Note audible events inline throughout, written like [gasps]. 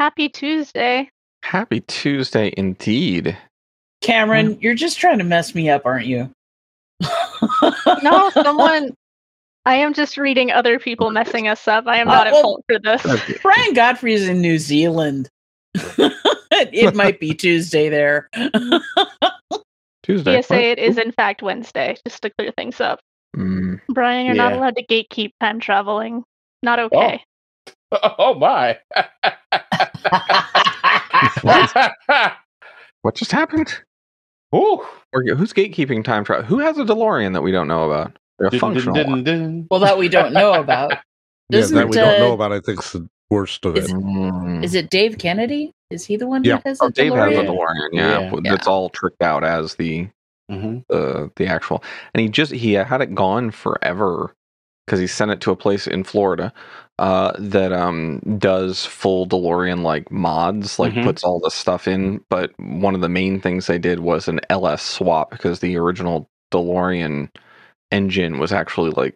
Happy Tuesday. Happy Tuesday indeed. Cameron, you're just trying to mess me up, aren't [laughs] you? No, someone. I am just reading other people messing us up. I am not Uh, at well- fault for this. Okay. Brian Godfrey's in New Zealand. [laughs] it might be Tuesday there. [laughs] Tuesday. PSA, it is in fact Wednesday, just to clear things up. Mm. Brian, you're not Yeah. allowed to gatekeep time traveling. Not okay. [laughs] Oh my! [laughs] What? What just happened? Ooh. Or who's gatekeeping time travel? Who has a DeLorean that we don't know about? A functional one. well, that we don't know [laughs] about. Yeah, Doesn't, that we don't uh, know about. I think's the worst of it. is- Mm. Is it Dave Kennedy? Is he the one Yeah. that has Oh, a Dave DeLorean? has a DeLorean. Yeah, Yeah. w- that's all tricked out as the Mm-hmm. Mhm. the the actual. And he just he had it gone forever because he sent it to a place in Florida uh, that um does full DeLorean like mods, like Mhm. puts all this stuff in. But one of the main things they did was an LS swap because the original DeLorean engine was actually like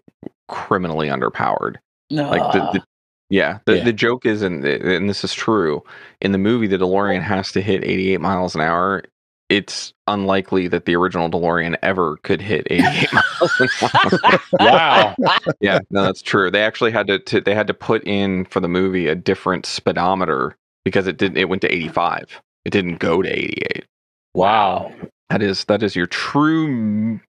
criminally underpowered No. like the, the yeah the, Yeah. the joke is and and this is true in the movie the delorean has to hit 88 miles an hour it's unlikely that the original delorean ever could hit 88 miles an hour Wow. yeah no that's true they actually had to, to they had to put in for the movie a different speedometer because it didn't it went to 85 it didn't go to 88 Wow. that is that is your true m-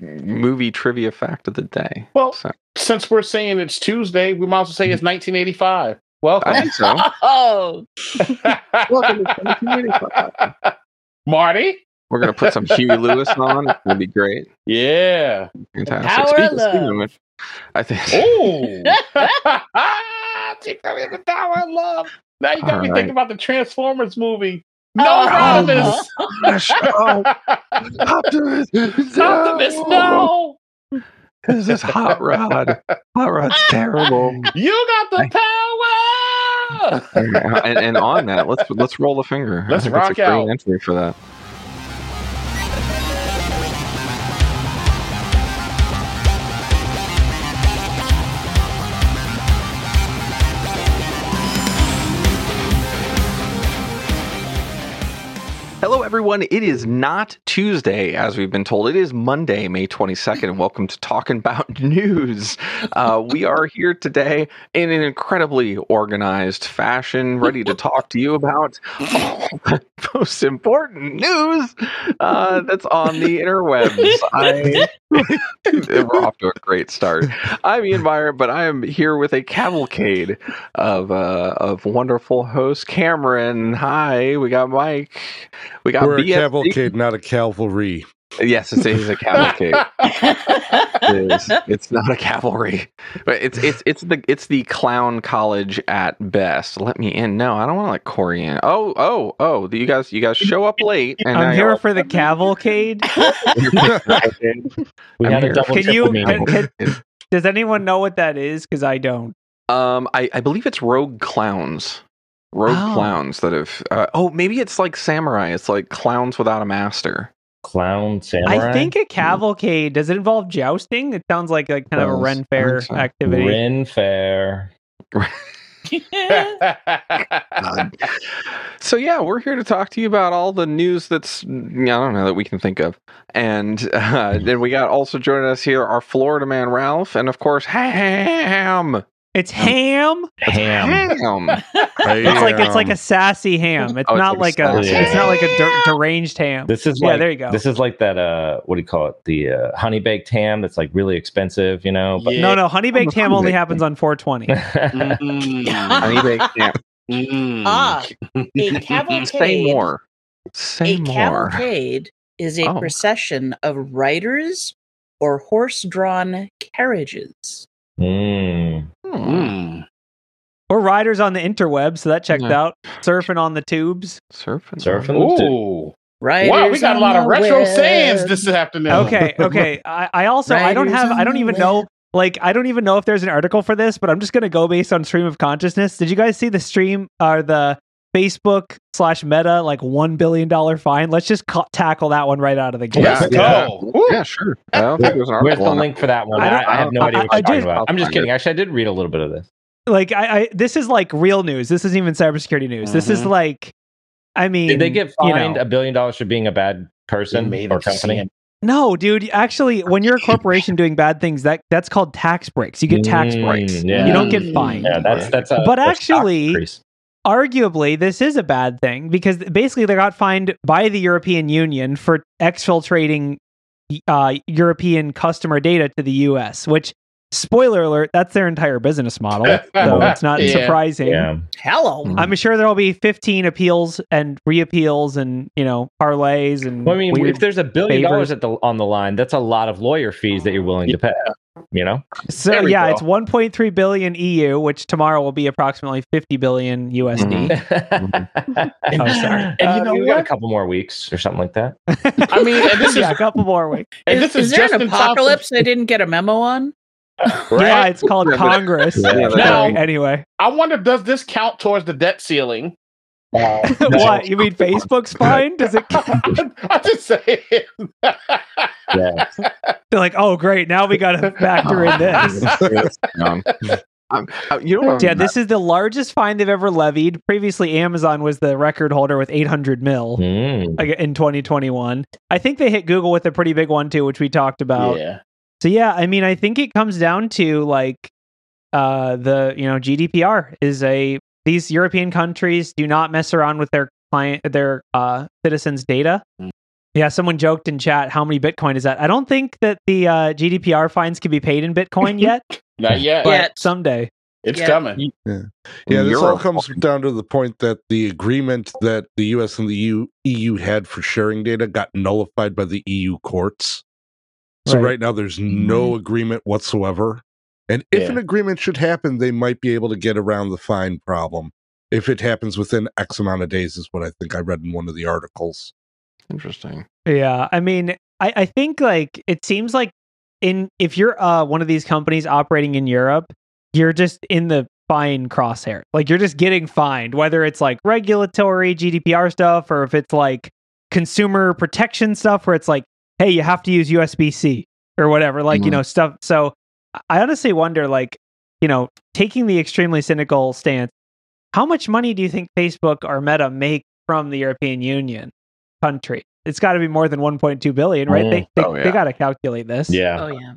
movie trivia fact of the day Well, so since we're saying it's Tuesday, we might as well say it's 1985. Welcome. i think so [laughs] [laughs] oh, [laughs] Welcome to 1985. Marty. we're gonna put some huey lewis on it's gonna be great Yeah. Fantastic. power of Speaking- speaking love. which, I think Ooh. [laughs] Take that in the power of love. Now you got All me right. thinking about the Transformers movie. No, Uh-huh. Optimus. oh, [laughs] [laughs] Optimus, Optimus, no. This is Hot Rod. Hot Rod's terrible. You got the power. and, [laughs] and on that, let's let's roll a finger. Let's Uh-huh. I think that's rock a great out. entry for that. Hello, everyone. It is not Tuesday, as we've been told. It is Monday, May 22nd, and welcome to Talking About [laughs] News. Uh, we are here today in an incredibly organized fashion, ready to talk to you about all the [laughs] most important news uh, that's on the interwebs. [laughs] I, we're off to a great start. I'm Ian Meyer, but I am here with a cavalcade of uh, of wonderful hosts. Cameron, hi. We got Mike. We got We're a BFD. cavalcade, not a cavalry. [laughs] Yes, it's, it's a cavalcade. [laughs] It is. It's not a cavalry, but it's it's it's the it's the clown college at best. Let me in. No, I don't want to let Corey in. Oh oh oh! You guys you guys show up late. And now I'm you're here for the cavalcade. We I'm gotta here. double Can you? Can, can, all- does anyone know what that is? Because I don't. Um, I I believe it's rogue clowns, rogue Oh. clowns that have. Uh, oh, maybe it's like samurai. It's like clowns without a master. clown samurai. [laughs] I think a cavalcade. Does it involve jousting? It sounds like like kind of a Does. Ren Fair Sounds like activity. Ren Fair. Um, So yeah, we're here to talk to you about all the news that's I don't know that we can think of, and [laughs] uh, then we got also joining us here our Florida man Ralph, and of course Ham. It's ham. Ham. Ham. It's like it's like a sassy ham. It's Oh, it's not like like, a a. sassy It's not like a der- deranged ham. This is yeah. like there you go. this is like that uh what do you call it? The uh, honey baked ham that's like really expensive, you know. But no, no, honey baked I'm ham only hungry. happens on 420. [laughs] [laughs] Mm-hmm. [laughs] Mm. Honey baked ham. Mm. [laughs] ah, a cavalcade. Say more. A Say more. cavalcade is a Oh. procession of riders or horse-drawn carriages. Mm. Hmm. Mm. Or riders on the interweb, so that checked Yeah. out. Surfing on the tubes. Surfing. Surfing. Ooh. Right. Wow, we got a lot of retro sands this afternoon. [laughs] Okay, okay. I, I also I don't Riders have I on don't the even know like I don't even know if there's an article for this, but I'm just gonna go based on stream of consciousness. Did you guys see the stream or the Facebook slash Meta like one billion dollar fine? Let's just ca- tackle that one right out of the gate. Let's Yeah. go. Woo. Yeah, sure. I don't think there's an Where's article the on it. link for that one? I I, don't- I have no I- idea what I you're talking did- about. I'm I'll just find kidding. Actually, I did read a little bit of this. [laughs] Like I, I this is like real news. This isn't even cybersecurity news. This is Mhm. like I mean Mm-hmm. Did they get you know. fined a billion dollars for being a bad person or company? No, dude. Actually, when you're a corporation doing bad things, that that's called tax breaks. You get tax Mm, breaks. yeah. You don't get Mm. fined. Yeah, that's that's a But a stock actually- increase. Arguably, this is a bad thing because basically they got fined by the European Union for exfiltrating uh, European customer data to the U.S. Which, spoiler alert, that's their entire business model. so it's not Yeah. surprising. yeah. Hello. Hmm. Mm. I'm sure there'll be 15 appeals and reappeals and you know parlays and Well, I mean, weird if there's a billion favors. dollars at the on the line, that's a lot of lawyer fees that you're willing to pay. You know, So There we yeah, go. it's 1.3 billion EU, which tomorrow will be approximately 50 billion USD. [laughs] oh, sorry. And Uh, you know, you we got a what? couple more weeks or something like that. I mean, and this [laughs] yeah, a is couple more weeks. and Is, this is, is there just an on top of- apocalypse I didn't get a memo on? Yeah, it's called Yeah, but- Congress. Yeah, Sorry, but- anyway, I wonder, does this count towards the debt ceiling? [laughs] [laughs] Uh, what you mean? [laughs] Facebook's fine? Does it? I just say [laughs] Yeah. They're like, oh great, now we got to factor [laughs] in this. Um, I'm- uh, you know, what Yeah, I'm this is the largest fine they've ever levied. Previously, Amazon was the record holder with 800 mil Mm. like, in 2021. I think they hit Google with a pretty big one too, which we talked about. yeah. So yeah, I mean, I think it comes down to like uh the you know GDPR is a these European countries do not mess around with their client their uh citizens' data. Mm. Yeah, someone joked in chat, how many Bitcoin is that? I don't think that the uh, GDPR fines can be paid in Bitcoin yet, Not yet. but Yet. someday. It's Yeah. coming. Yeah, this You're all a comes fucking- down to the point that the agreement that the U.S. and the EU, EU had for sharing data got nullified by the EU courts. So Right. right, now, there's no agreement whatsoever. And if Yeah. an agreement should happen, they might be able to get around the fine problem if it happens within X amount of days, is what I think I read in one of the articles. interesting. Yeah, I mean, I, I think like it seems like in if you're uh one of these companies operating in Europe, you're just in the fine crosshair. Like you're just getting fined, whether it's like regulatory GDPR stuff or if it's like consumer protection stuff where it's like, hey, you have to use USB C or whatever, like you Mhm. know stuff. So I honestly wonder, like you know, taking the extremely cynical stance, how much money do you think Facebook or Meta make from the European Union country? It's got to be more than 1.2 billion, right? Mm. They they, Oh, yeah. got to calculate this. Yeah. Uh-huh. Oh yeah.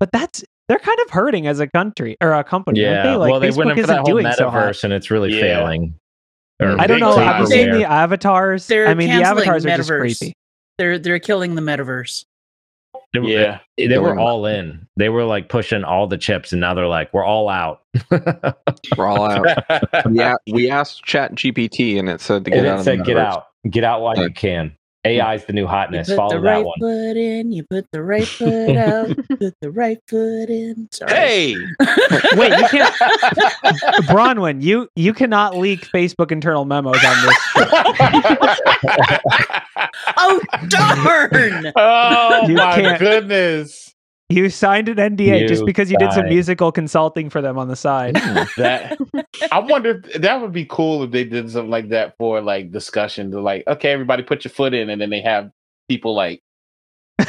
but that's they're kind of hurting as a country or a company, aren't Yeah. they? Like well, they Facebook went in for isn't that whole doing so hot. metaverse and it's really Yeah. failing. I I don't Big know. Have you time. seen the avatars? They're I mean, the canceling avatars are just metaverse. creepy. They're they're killing the metaverse. They were- Yeah. [laughs] They, They were were- all in. They were like pushing all the chips, and now they're like, we're all [laughs] out. and We're all out. [laughs] yeah, we asked Chat GPT and it said to get out. it of the said, get metaverse." out, get out while you can. AI is the new You hotness. put Follow the that right one. foot in. You put the [laughs] right foot out. you put the right foot in. Sorry. Hey. Wait, you [laughs] can't, Bronwyn. You you cannot leak Facebook internal memos on [laughs] this. Oh [laughs] darn! oh You my can't- goodness. You signed an NDA just You because you did some signed. musical consulting for them on the side. [laughs] That I wonder if that would be cool if they did something like that for like discussion to like, okay, everybody put your foot in and then they have people like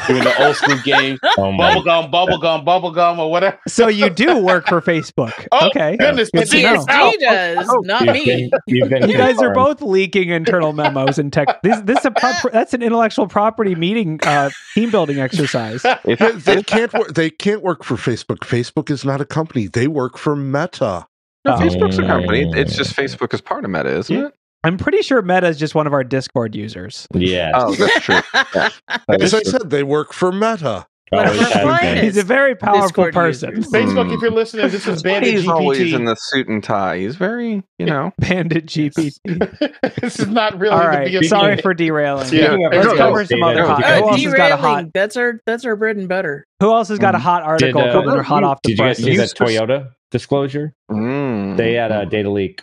doing the old school [laughs] game, Oh my bubblegum, bubblegum, bubblegum, or whatever. so you do work for Facebook. [laughs] Oh, okay. Goodness, Good to know. Patrice, out. Oh, CSD does, not You've been- me. you've been You guys are confirmed. both leaking internal memos and tech. This this is a pro- that's an intellectual property meeting uh, team building [laughs] exercise. [laughs] It's, They, they it's- can't. Work, they can't work for Facebook. Facebook is not a company. They work for Meta. no, Oh. Facebook's a company. It's just Facebook is part of Meta, isn't it? [laughs] I'm pretty sure Meta is just one of our Discord users. Yeah. Oh, that's [laughs] true. That As is I true. said, they work for Meta. Always Whatever. has been. Fine. He's a very powerful Discord person. users. Facebook, Hmm. if you're listening, this is Bandit He's always in GPT. the suit and tie. He's very, you know. Bandit GPT. [laughs] this is not really All the right. beginning. Sorry for derailing. Yeah. Speaking of Let's articles, cover some other David, hot. Uh, Who else has got a hot? derailing. That's our that's our bread and butter. Who else has got a hot article Did, uh, coming or hot off the Did you guys press? see You that spec- Toyota disclosure? Mm. They had a data leak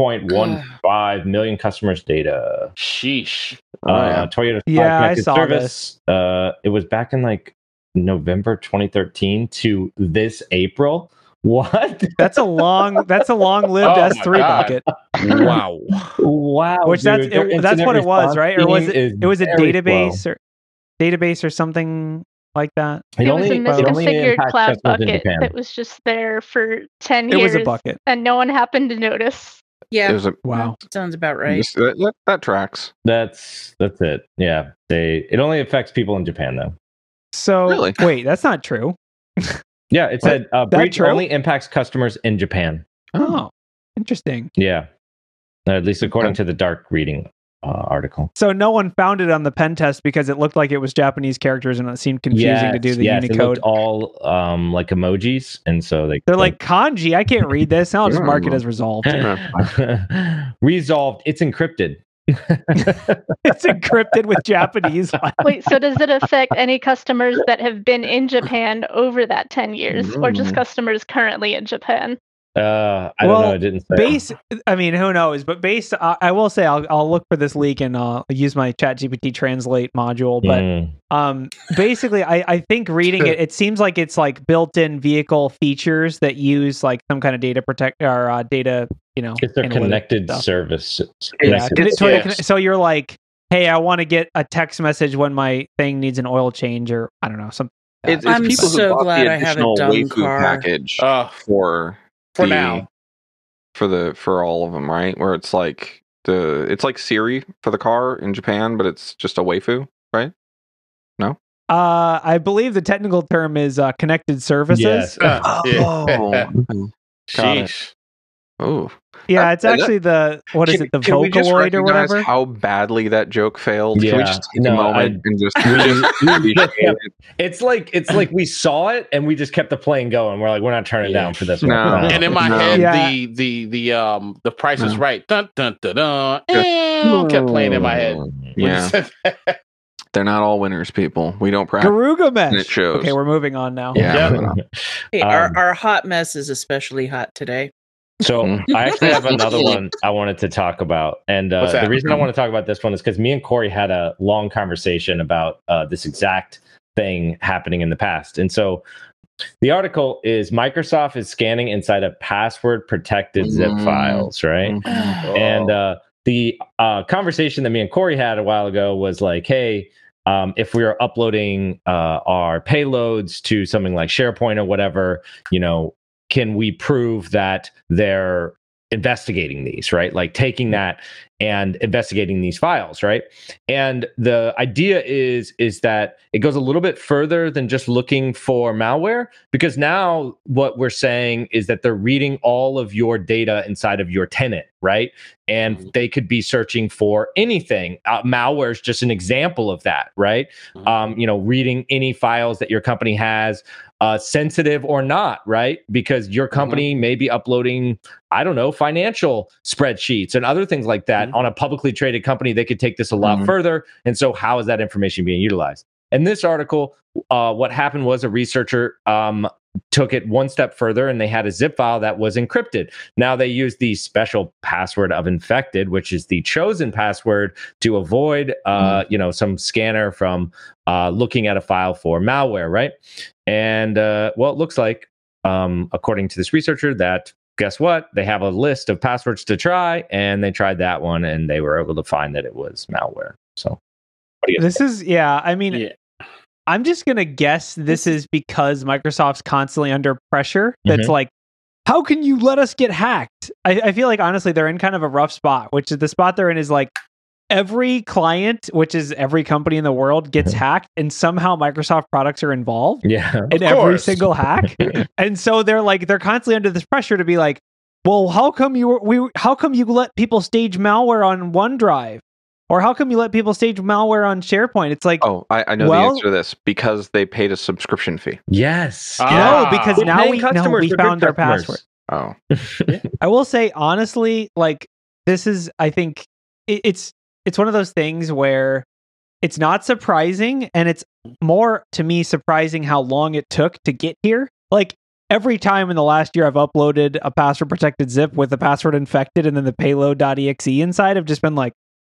2.15 million customers' data. Sheesh. Oh, yeah. uh, Toyota Yeah, I Connected saw Service. Uh, it was back in like November 2013 to this April. [laughs] What? That's a long. That's a long-lived Oh my S3 God. bucket. Wow. wow. Which that's- dude, their it- that's incident what it was, response right? Or was team is It was a very database or database or something like that. It it only, was a it only misconfigured impacts cloud customers in bucket Japan. that was just there for ten It years, was a bucket. and no one happened to notice. Yeah. There's a Wow. Sounds about right. this- that, that- that tracks. That's that's it. Yeah, they. It only affects people in Japan though. So Really? wait, that's not true. Yeah, it said uh, That breach true? only impacts customers in Japan. Oh, interesting. Yeah, Uh, at least according Okay. to the dark reading uh, article. So no one found it on the pen test because it looked like it was Japanese characters and it seemed confusing to do Yes, the yes, it looked Unicode. all um, like emojis, and so they They're [laughs] like kanji. I can't read this. I'll just Yeah, mark it well. as resolved. resolved. It's encrypted. [laughs] [laughs] Uh, it's encrypted with [laughs] Japanese. Wait, so does it affect any customers that have been in Japan over that ten years, or just Mm. customers currently in Japan? Uh, I Well, don't know. It didn't say. Base, I mean, who knows? But based, I I will say, I'll, I'll look for this leak and uh, use my ChatGPT translate module. But Mm. um basically i i think reading it it seems like it's like built-in vehicle features that use like some kind of data protect or uh, data you know it's their analytic connected stuff. service. yeah connected did it sort of Yes. conne- so you're like hey i want to get a text message when my thing needs an oil change or i don't know uh, something It's, it's I'm people so who bought glad the I have a additional dumb waifu car. package Uh, for for the- now. for the for all of them, right? Where it's like the it's like Siri for the car in Japan, but it's just a [laughs] waifu. uh i believe the technical term is uh connected services Yes. Uh, Oh. yeah. Got it. Sheesh. oh, yeah it's Uh, that- actually the what is Can- it the can we just vocaloid or recognize whatever How badly that joke failed. Can we Yeah. just take No, a moment and just, We just [laughs] just- we just appreciate kept- It's like it's like we saw it and we just kept the plane going. We're like, we're not turning Yeah. down for this. No. one. And in my No. head, Yeah. the the the um the Price is No. Right. Dun dun dun dun. eh, kept playing in my head. Mm. it? When you Yeah, said that. they're not all winners, people. We don't practice. Garugamesh. And it shows. okay we're moving on now Yeah. Yeah. Hey, our, Um, our hot mess is especially hot [sighs] today. So Mm. I actually have another one I wanted to talk about, and uh, Mm-hmm. What's that? Mm-hmm. the reason I want to talk about this one is because me and Corey had a long conversation about uh, this exact thing happening in the past, and so the article is Microsoft is scanning inside of password-protected zip Mm. files, right? [sighs] [laughs] Mhm. Oh. And uh, the uh, conversation that me and Corey had a while ago was like, hey, um, if we are uploading uh, our payloads to something like SharePoint or whatever, you know, can we prove that they're investigating these, right? Like taking that and investigating these files, right? And the idea is is that it goes a little bit further than just looking for malware because now what we're saying is that they're reading all of your data inside of your tenant, right? And they could be searching for anything. Uh, malware is just an example of that, right? Um, you know, reading any files that your company has, uh, sensitive or not, right? Because your company may be uploading, I don't know, financial spreadsheets and other things like that on a publicly traded company. They could take this a lot Mhm. further. And so, how is that information being utilized? In this article, uh, what happened was a researcher um, took it one step further and they had a zip file that was encrypted. Now they use the special password of infected, which is the chosen password to avoid, uh, you know, some scanner from uh, looking at a file for malware, right? And uh, well, it looks like, um, according to this researcher, that guess what? They have a list of passwords to try, and they tried that one, and they were able to find that it was malware. So, [laughs] what do you this is yeah i mean Yeah. I'm just gonna guess this is because Microsoft's constantly under pressure. That's like, how can you let us get hacked? I, I feel like honestly they're in kind of a rough spot, which is the spot they're in is like every client, which is every company in the world, gets Mhm. hacked, and somehow Microsoft products are involved Yeah. in every course. single [laughs] hack. and so they're like they're constantly under this pressure to be like, well, how come you were, we how come you let people stage malware on OneDrive, or how come you let people stage malware on SharePoint? It's like. Oh, I, I know Well- the answer to this because they paid a subscription fee. Yes. Ah. No, because Good now paying we, no, customers we are good found their customers. password. Oh, I will say honestly, like this is, I think it, it's it's one of those things where it's not surprising, and it's more to me surprising how long it took to get here. Like every time in the last year, I've uploaded a password protected zip with the password infected, and then the payload.exe inside. I've just been like,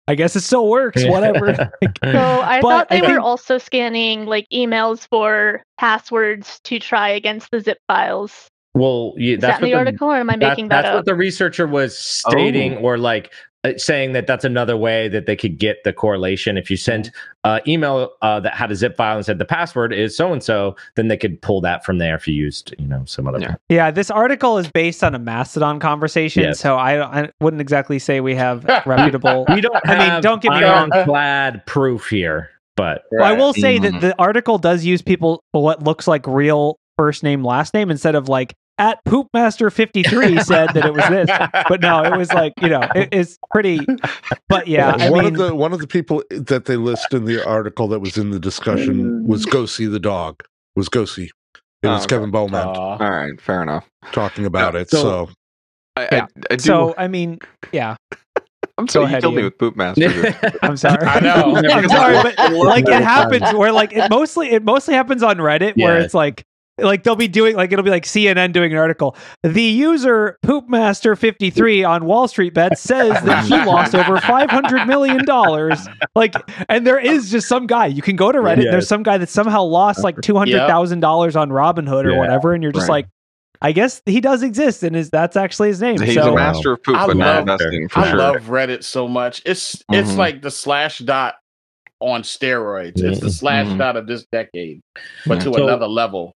I guess it still works, whatever. So [laughs] I But thought I they were think- also scanning like emails for passwords to try against the zip files. well, yeah, Is that's that in what the article, or am I that- making that that's up? Oh. what the researcher was stating, or like uh, saying that that's another way that they could get the correlation. If you sent uh, email uh, that had a zip file and said the password is so and so, then they could pull that from there if you used you know some other. Yeah. Yeah, this article is based on a Mastodon conversation, Yes. so I, I wouldn't exactly say we have reputable. We don't. I mean, have don't get me wrong. ironclad proof here, but Well, I will say that Mhm. the article does use people what looks like real first name last name instead of like at poopmaster53 said that it was this. [laughs] But no, it was like, you know, it, it's pretty but yeah, I one mean of the one of the people that they list in the article that was in the discussion was Gosi the dog. Was Gosi. It Oh, was okay. Kevin Bowman Aw. Oh. All right, fair enough. talking about it. so- So, I, Yeah. I, I do. so I mean, yeah, I'm sorry, you ahead, killed me Ian. with [laughs] Bootmaster. I'm sorry. I know. I'm sorry, but like it happens where like it mostly it mostly happens on Reddit where Yeah. it's like like they'll be doing like it'll be like CNN doing an article. The user poopmaster53 on Wall Street Bet says that he lost over 500 million dollars. Like and there is just some guy. You can go to Reddit, Yes. there's some guy that somehow lost like $200,000 on Robinhood or Yeah. whatever and you're just Right. like I guess he does exist and is that's actually his name. He's so a master of poop, I but not love- investing for I sure. love Reddit so much. It's it's Mhm. like the slash dot on steroids. It's the slash Mhm. dot of this decade, but to So- another level.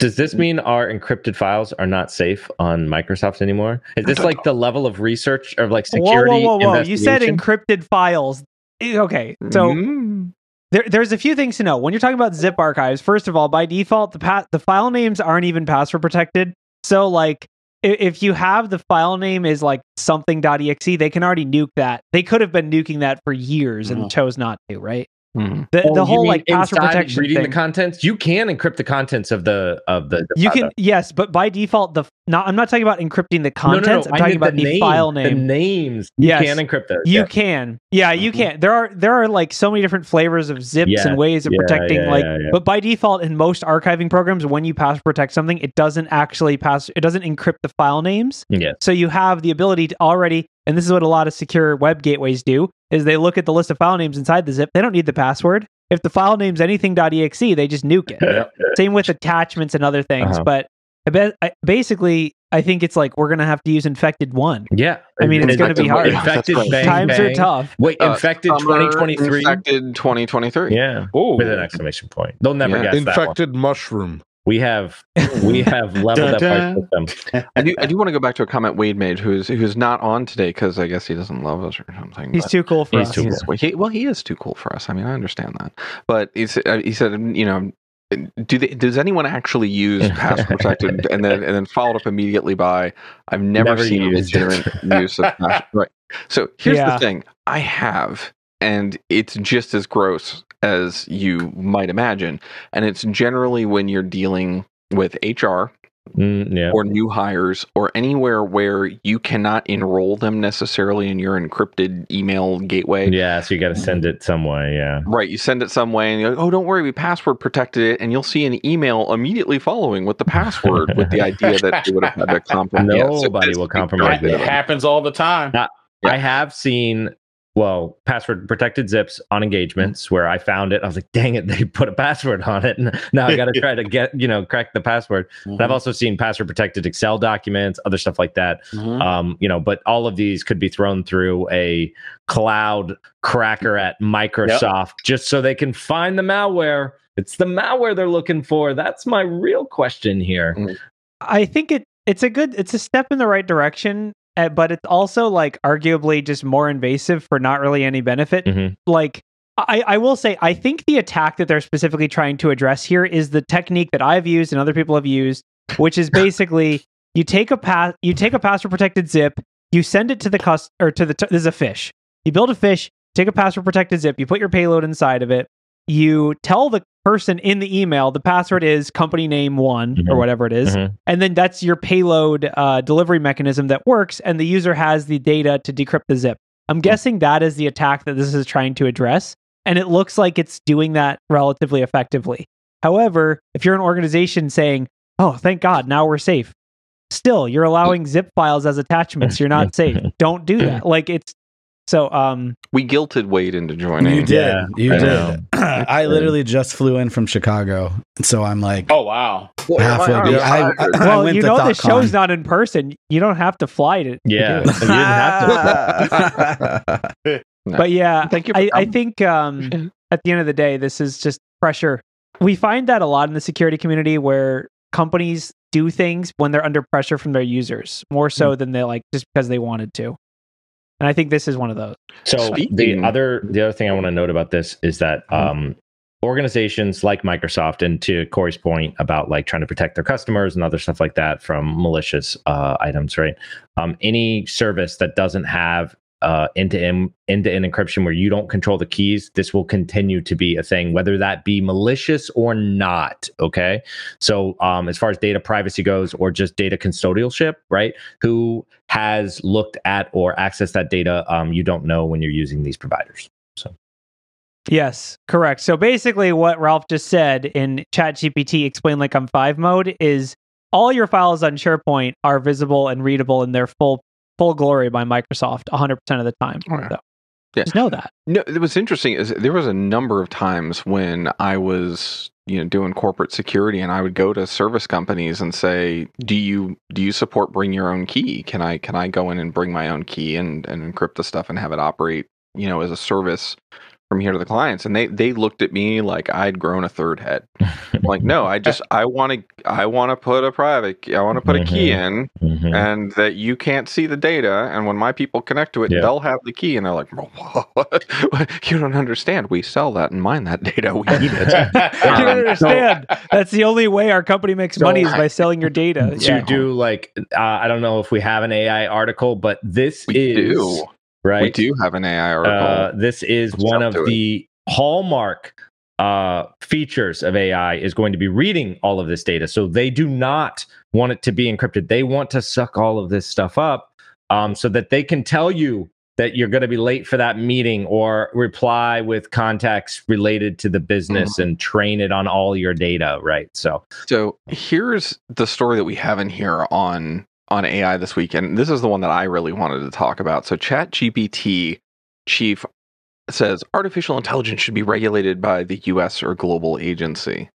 Does this mean our encrypted files are not safe on Microsoft anymore? Is this like the level of research or like security? whoa, whoa, whoa, whoa. You said investigation? encrypted files. Eh, Okay. So Mm-hmm. Mm. there, there's a few things to know. When you're talking about zip archives, first of all, by default, the pa- the file names aren't even password protected. So like i- if you have the file name is like something.exe, E, they can already nuke that. They could have been nuking that for years and Mhm. chose not to, right? Mhm. The, Oh, the you whole mean like password inside protection reading thing. the contents. You can encrypt the contents of the of the. you can yes, but by default, the f- not. I'm not talking about encrypting the No, no, no, contents. I I'm talking meant about the, name, file name. The names. You Yes. can encrypt those. You yeah. can. Yeah, you Mhm. can. There are there are like so many different flavors of zips Mm-hmm. Yeah, and ways of yeah, protecting yeah, like yeah, yeah. but by default in most archiving programs when you pass protect something it doesn't actually pass it doesn't encrypt the file names. Yeah. So you have the ability to already and this is what a lot of secure web gateways do is they look at the list of file names inside the zip. They don't need the password. If the file name's anything.exe, E, they just nuke it [laughs] same with attachments and other things Uh-huh. but I bet, I, basically i think it's like we're gonna have to use infected one Yeah. I mean, it's gonna be hard. Infected Yeah, that's bang, right. times are bang. tough Wait, Uh, infected Summer 2023. Infected 2023. Yeah. Ooh. With an exclamation point. They'll never Yeah. guess that one. infected mushroom. We have we have leveled up our Dun-dun. system. I do. I do want to go back to a comment Wade made, who's who's not on today because I guess he doesn't love us or something. he's but- too cool for He's us too He's- well, he, well, he is too cool for us. I mean, I understand that, but he's, uh, he said, you know, do they, does anyone actually [laughs] use password protected? and then and then followed up immediately by, I've never, Never seen a used it." legitimate use [laughs] of password. Right. So here's Yeah. the thing: I have, and it's just as gross as you might imagine, and it's generally when you're dealing with HR Mm, yeah. or new hires or anywhere where you cannot enroll them necessarily in your encrypted email gateway. Yeah, so you got to send it some way. Yeah. Right. You send it some way and you're like, oh, don't worry, we password protected it. And you'll see an email immediately following with the password with the idea that you would have had [laughs] to compromise. Nobody will compromise That happens all the time. Yeah. Yeah. I have seen well password protected zips on engagements where I found it. I was like, dang it, they put a password on it, [laughs] and now I got to try to get you know crack the password. And I've also seen password protected Excel documents, other stuff like that. Mhm. Um, you know, but all of these could be thrown through a cloud cracker at Microsoft just so they can find the malware. It's the malware they're looking for. That's my real question here. I think it it's a good it's a step in the right direction, uh, but it's also like arguably just more invasive for not really any benefit. Mhm. Like I, I will say, I think the attack that they're specifically trying to address here is the technique that I've used and other people have used, which is basically you take a pass you take a password protected zip, you send it to the cust or to the t- this is a fish. You build a fish, take a password protected zip, you put your payload inside of it, you tell the person in the email the password is company name one or Mhm. whatever it is, Mhm. and then that's your payload uh, delivery mechanism that works, and the user has the data to decrypt the zip. I'm guessing that is the attack that this is trying to address, and it looks like it's doing that relatively effectively. However, if you're an organization saying, "Oh, thank God, now we're safe," [laughs] still you're allowing zip files as attachments. You're not safe. Don't do that. Like it's So um, We guilted Wade into joining. You did. Yeah, [clears throat] you I know. did. I literally just flew in from Chicago, so I'm like Oh wow. halfway. I'm be- I, [laughs] I, tired. I well, went you to know the ThoughtCon. show's not in person. You don't have to fly to. to Yeah, do it. [laughs] you [laughs] didn't have to. But [laughs] yeah, Thank you for I, I coming. think um, at the end of the day, this is just pressure. We find that a lot in the security community where companies do things when they're under pressure from their users more so Hmm. than they like just because they wanted to. And I think this is one of those. So Speaking- the other the other thing I want to note about this is that um, organizations like Microsoft, and to Corey's point about like trying to protect their customers and other stuff like that from malicious uh, items, right? Um, any service that doesn't have uh, end-to-end end-to-end encryption where you don't control the keys, this will continue to be a thing, whether that be malicious or not. Okay, so um, as far as data privacy goes, or just data custodialship, right? who has looked at or accessed that data um, you don't know when you're using these providers. Yes, correct. So basically, what Ralph just said in ChatGPT explain like I'm five mode is all your files on SharePoint are visible and readable in their full full glory by Microsoft 100% of the time. Oh, yeah. So, Yeah. Just know [laughs] that. No, it was interesting. Is there was a number of times when I was, you know, doing corporate security, and I would go to service companies and say, "Do you do you support bring your own key? Can I can I go in and bring my own key and and encrypt the stuff and have it operate, you know, as a service from here to the clients?" And they they looked at me like I'd grown a third head. I'm [laughs] like, no, I just I want to I want to put a private key- I want to put a key in Mhm. and that you can't see the data. And when my people connect to it, Yeah. they'll have the key. And they're like, "Whoa, what? [laughs] you don't understand. We sell that and mine that data. We need [laughs] it. You Um, don't understand. That's the only way our company makes So money is I- by selling your data. To Yeah. do like, uh, I don't know if we have an AI article, but this we is do. right. We do have an AI Uh, article. this is Let's one jump of to it. the hallmark uh, features of AI is going to be reading all of this data. So they do not want it to be encrypted. They want to suck all of this stuff up um, so that they can tell you that you're going to be late for that meeting or reply with contacts related to the business Mm-hmm. and train it on all your data. Right. So so here's the story that we have in here on on AI this week, and this is the one that I really wanted to talk about. So ChatGPT chief says artificial intelligence should be regulated by the U.S. or global agency.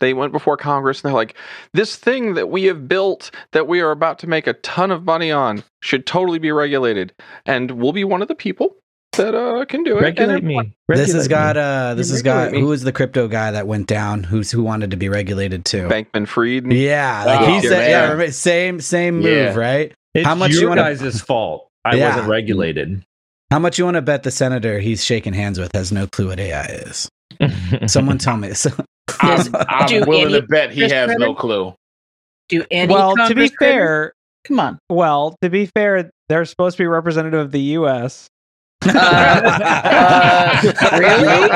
They went before Congress and they're like, this thing that we have built that we are about to make a ton of money on should totally be regulated, and we'll be one of the people that uh, can do it. And regulate it- me. this has Regulate got me. uh this You has got regulate me. who is the crypto guy that went down who's who wanted to be regulated too. Bankman Fried. Yeah, like Oh, he said, yeah, man. remember- same same Yeah. move, right? It's how much your you wanna- guys' fault. I Yeah. wasn't regulated. How much you want to bet the senator he's shaking hands with has no clue what AI is? [laughs] Someone tell me. [laughs] So, Yes, [laughs] I'm, I'm do willing any to bet he has no Christmas- clue. Do any Well, to be Congresswomen- fair, come on. well, to be fair, they're supposed to be representative of the U.S. [laughs] Uh, uh, really?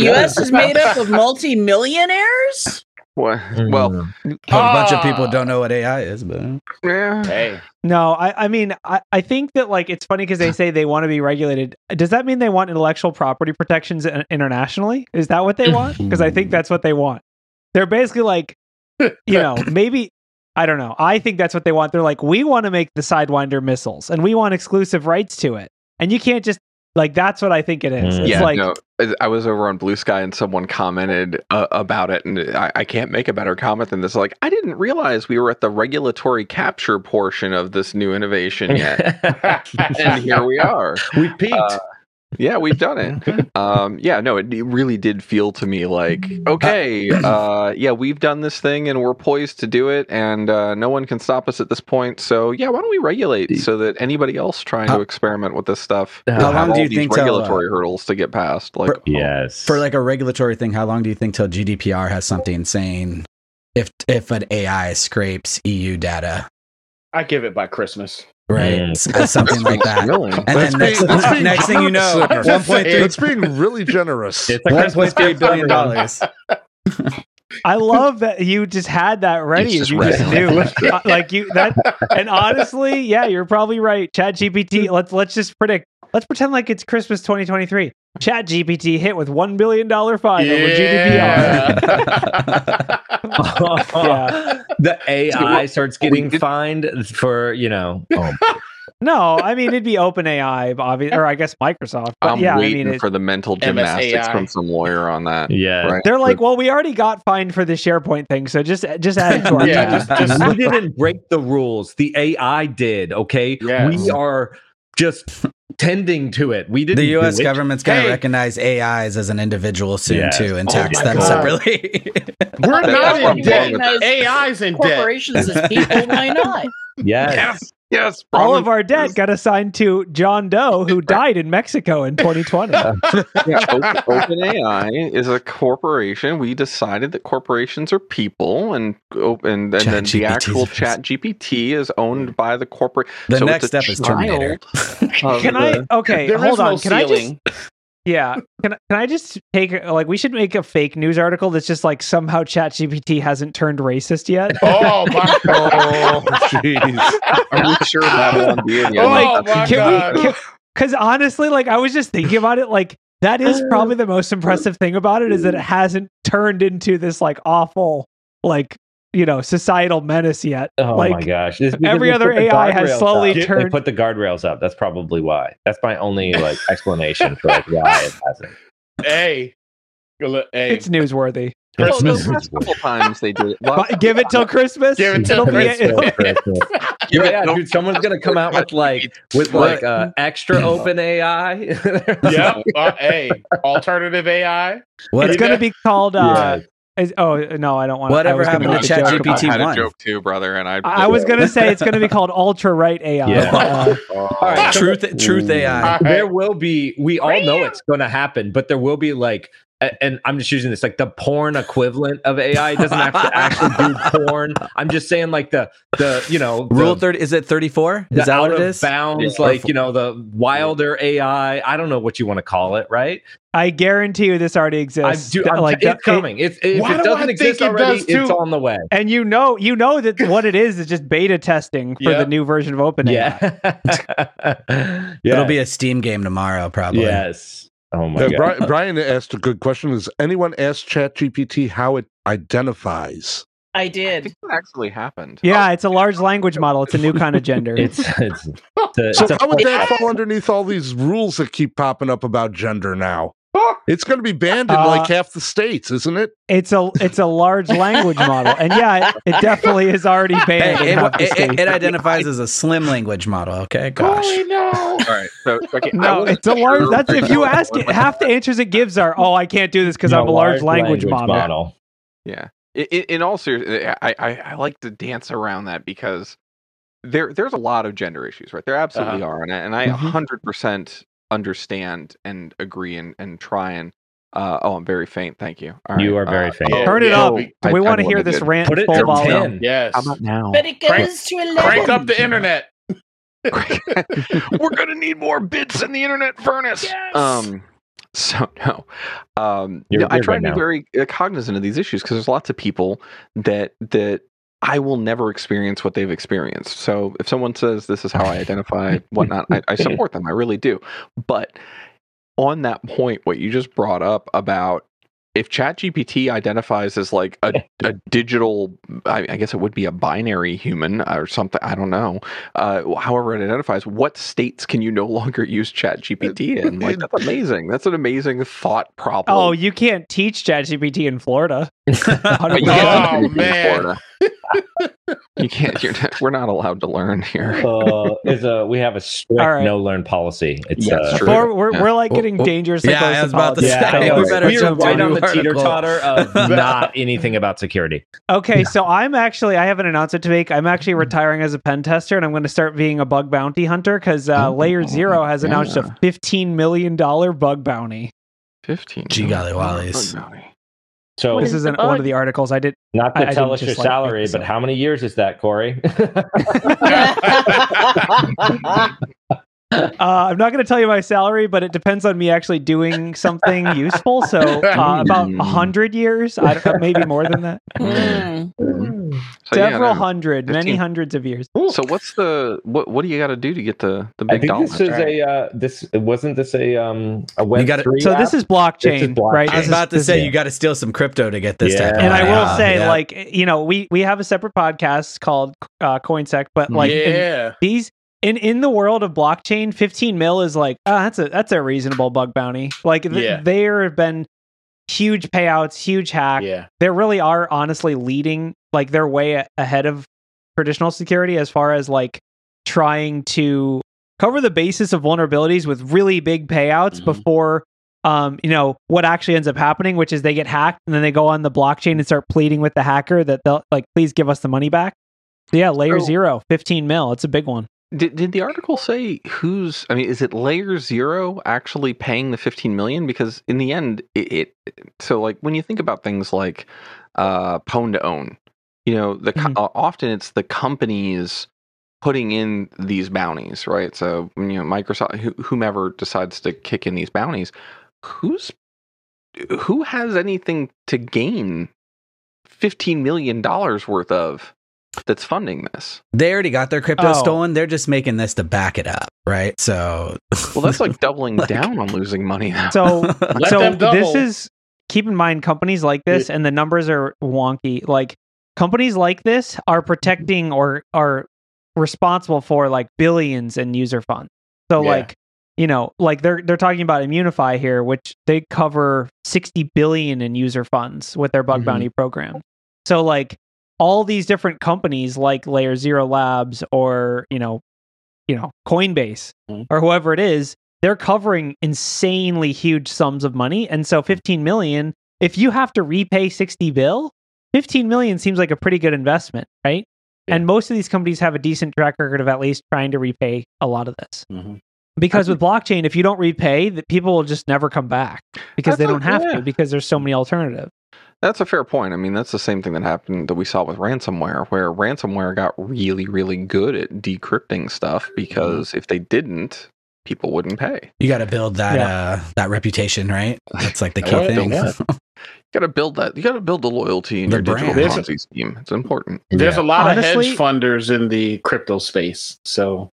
[laughs] The U.S. is made up of multi-millionaires. Well, well, a whole bunch of Ah. people don't know what AI is, but uh, Mm-hmm. yeah. Hey, No, I, I mean, I, I think that like it's [laughs] funny because they say they want to be regulated. Does that mean they want intellectual property protections in- internationally? Is that what they want? Because [laughs] I think that's what they want. They're basically like, you [laughs] know, maybe I don't know. I think that's what they want. They're like, we want to make the Sidewinder missiles, and we want exclusive rights to it, and you can't just like. That's what I think it is. Mm. It's yeah, like, no, I- I was over on Blue Sky and someone commented uh, about it, and I, I can't make a better comment than this. Like, I didn't realize we were at the regulatory capture portion of this new [laughs] Mm. innovation yet, [laughs] and here we are. we peaked. Uh, Yeah, we've done it. Um, yeah, no, it, it really did feel to me like, okay, uh, yeah, we've done this thing and we're poised to do it, and uh, no one can stop us at this point. So, yeah, why don't we regulate so that anybody else trying to How- experiment with this stuff How will long have do all you these think till, uh, regulatory hurdles to get past? Like, for- yes. for like a regulatory thing, how long do you think till GDPR has something saying if if an AI scrapes EU data, I give it by Christmas. right? Mm. S- something [laughs] like that. Really? And then next, that's being next thing you know, generous. one point three That's being really generous. [laughs] It's a one Christmas point three gift for billion everyone. [laughs] dollars. I love that you just had that ready. It's just you just ready. knew, [laughs] Uh, like you that. And honestly, yeah, you're probably right. Chat GPT. Let's let's just predict. Let's pretend like it's Christmas 2023. Chat GPT hit with one billion dollar fine over GDPR. the AI starts we getting did- fined for you know. Oh, No, I mean it'd be OpenAI, obviously, or I guess Microsoft. But I'm yeah, I waiting mean, it, for the mental gymnastics MSAI. from some lawyer on that. Yeah. Right. they're like, well, we already got fined for the SharePoint thing, so just just add it to [laughs] our Yeah, tab. just- just- we didn't break the rules. The AI did. Okay, Yes. we are just tending to it. We didn't. The U.S. do it. government's going to Hey. recognize AIs as an individual soon Yeah. too, and Oh tax my them God. separately. [laughs] We're That's not what I'm in debt. wrong with that. AI's in debt. Corporations as people, why not? [laughs] Yes. Yes, All Bronwyn. of our debt got assigned to John Doe, who died in Mexico [laughs] in 2020. yeah, Open, OpenAI is a corporation. We decided that corporations are people, and open and, and then the ChatGPT actual is- Chat GPT is owned by the corporate. the So it's next a step [laughs] is Terminator. of Can I? the- Okay, There is hold on. no Can I just? ceiling. Yeah. Can can I just take like we should make a fake news article that's just like somehow ChatGPT hasn't turned racist yet. [laughs] [laughs] Oh my Oh, god. jeez. Are we sure that'll undo any of Oh, that? my can we God. because honestly like i was just thinking about it like that is probably the most impressive thing about it is that it hasn't turned into this like awful like you know societal menace yet Oh my Like, gosh! It's because every they other put the AI has guardrails slowly up. They turned- put the guardrails up. That's probably why. That's my only like explanation for like why it hasn't. [laughs] hey. Good look- Hey. it's newsworthy Well, the Christmas is last couple times they did it. Well, but give it till christmas Give it it'll till be Christmas. it'll- [laughs] Christmas. give it yeah, till- dude, someone's gonna come out with like with like uh, extra open AI. [laughs] Yep. Uh, hey. Alternative AI. What, it's Yeah. gonna be called uh is- oh no i don't want Whatever happened to I ChatGPT [laughs] had a one. joke too, brother, and I. I I was gonna say it's gonna be called ultra right AI. Yeah. Uh, All right, so truth, truth AI. All there right. will be. We all know it's going to happen, but there will be like, a- and I'm just using this like the porn equivalent of AI. It doesn't have to actually do porn. I'm just saying like the the you know the, Rule thirty is it thirty four? Mm. the Is that out what it of is? bounds Yeah. like you know the wilder AI. I don't know what you want to call it, right? I guarantee you this already exists. I do. I'm, like like it's it- coming. It's if Why it do I doesn't think exist it already, does it's too? on the way. and you know you know that what it is is just beta testing for Yeah. the new version of OpenAI. Yeah. [laughs] It'll Yeah. be a Steam game tomorrow, probably. yes. Oh my Uh, god. Bri- Brian asked a good question. Has anyone asked ChatGPT how it identifies? I I did. think that actually happened. Yeah, it's a large language model. It's a new kind of gender. [laughs] It's it's, it's, a, So it's a how would that fall underneath all these rules that keep popping up about gender now? It's going to be banned in Uh, like half the states, isn't [laughs] it? it's a it's a large language model, and yeah, it, it definitely is already banned. Hey, in it, half the it- it- states. it identifies as a slim language model. Okay, gosh. Holy no. All right. So okay, I no, wasn't it's a large. sure That's if you what- ask it, half the answers it gives are, "Oh, I can't do this because I'm a large, language, model." Yeah. In, in all seriousness, eh, I, I I like to dance around that because there there's a lot of gender issues, right? There Uh-huh. absolutely are, and I, and I Mhm. Mm-hmm. 100 percent understand and agree and and try and. Uh, oh, I'm very faint. Thank you. All You right, uh, are very faint. oh, Turn it yeah. up. I- I we want to wanna hear this get- rant Put it full to volume. 10. Yes. How about now? But it Crank- goes to 11. Crank up the [laughs] internet. [laughs] We're gonna need more bits in the internet furnace. Yes. Um, so no, um, You're- no, I you're try to good be now. very uh, cognizant of these issues because there's lots of people that that I will never experience what they've experienced. So if someone says this is how I [laughs] identify whatnot, I, I support them. I really do. But on that point, what you just brought up about if ChatGPT identifies as like a, a digital, I, I guess it would be a binary human or something. I don't know. Uh, however, it identifies what states can you no longer use ChatGPT in? Like that's amazing. That's an amazing thought problem. Oh, you can't teach ChatGPT in Florida. [laughs] [laughs] But you 100%. can't Oh, do it in man. Florida. you can't. You're not, we're not allowed to learn here. [laughs] uh, is a we have a strict All right. no learn policy. It's Yeah, uh, it's true. Before, we're, Yeah. we're like Well, getting well, dangerously yeah, close I was [laughs] about to politics. yeah, say, I [laughs] we know. better we are jump to a right new on the article. teeter totter [laughs] of not anything about security. Okay, so I'm actually I have an announcement to make. I'm actually Hmm. retiring as a pen tester, and I'm going to start being a bug bounty hunter because uh, Oh, Layer Zero has announced yeah. a 15 million dollar bug bounty. Fifteen. Oh, Gee golly wallies. So What This is is the an, one bug? of the articles I did. not I- I to didn't tell us your just, like, make salary, this but up. how many years is that, [laughs] Corey? Uh, I'm not going to tell you my salary, but it depends on me actually doing something useful. [laughs] So uh, about Hmm. Mm. a hundred years, I don't, know, maybe more than [laughs] that, Mm. Mm-hmm. So, yeah, several no. hundred, many 15. hundreds of years. So what's the what? What do you got to do to get the the I big think dollar? this is a uh, this wasn't this a um a web gotta- three. So this is blockchain, right? blockchain. I was This is- about to this is- say you got to steal some crypto to get this Yeah. type of and I money. will Oh, Yeah. say, Yeah. like, you know, we we have a separate podcast called uh, CoinSec, but like in yeah. these in in the world of blockchain, 15 mil is like, ah, that's a that's a reasonable bug bounty. Like th- Yeah. there have been huge payouts, huge hacks. Yeah. They really are honestly leading like they're way a- ahead of traditional security as far as like trying to cover the basis of vulnerabilities with really big payouts Mhm. before um you know what actually ends up happening which is they get hacked and then they go on the blockchain and start pleading with the hacker that they'll like please give us the money back so yeah layer Oh. zero 15 mil it's a big one Did, did the article say who's? I mean, is it Layer Zero actually paying the fifteen million? Because in the end, it, it so like when you think about things like uh, pwn to own, you know, the co- Mhm. uh, often it's the companies putting in these bounties, right? So you know, Microsoft, wh- whomever decides to kick in these bounties, who's who has anything to gain fifteen million dollars worth of that's funding this? They already got their crypto Oh. stolen. They're just making this to back it up, right? So, Well, that's [laughs] like [laughs] doubling Like- down on losing money. Now. so [laughs] Let so them this double. is keep in mind companies like this and the numbers are wonky like companies like this are protecting or are responsible for like billions in user funds so Yeah. like you know like they're they're talking about immunify here which they cover 60 billion in user funds with their bug Mhm. bounty Mm-hmm. program so like all these different companies like layer zero labs or you know you know coinbase Mhm. or whoever it is they're covering insanely huge sums of money and so 15 million if you have to repay 60 bill 15 million seems like a pretty good investment right Yeah. and most of these companies have a decent track record of at least trying to repay a lot of this Mm-hmm. Mhm. because with blockchain if you don't repay that people will just never come back because That's they a- don't have yeah. to because there's so many alternatives That's a fair point. I mean, that's the same thing that happened that we saw with ransomware, where ransomware got really, really good at decrypting stuff because if they didn't, people wouldn't pay. you got to build that uh, that reputation, right? That's like the key Yeah, thing. yeah. You gotta build that. You gotta build the loyalty in The your brand. digital Ponzi scheme. It's important. There's a lot Honestly- of hedge funders in the crypto space. So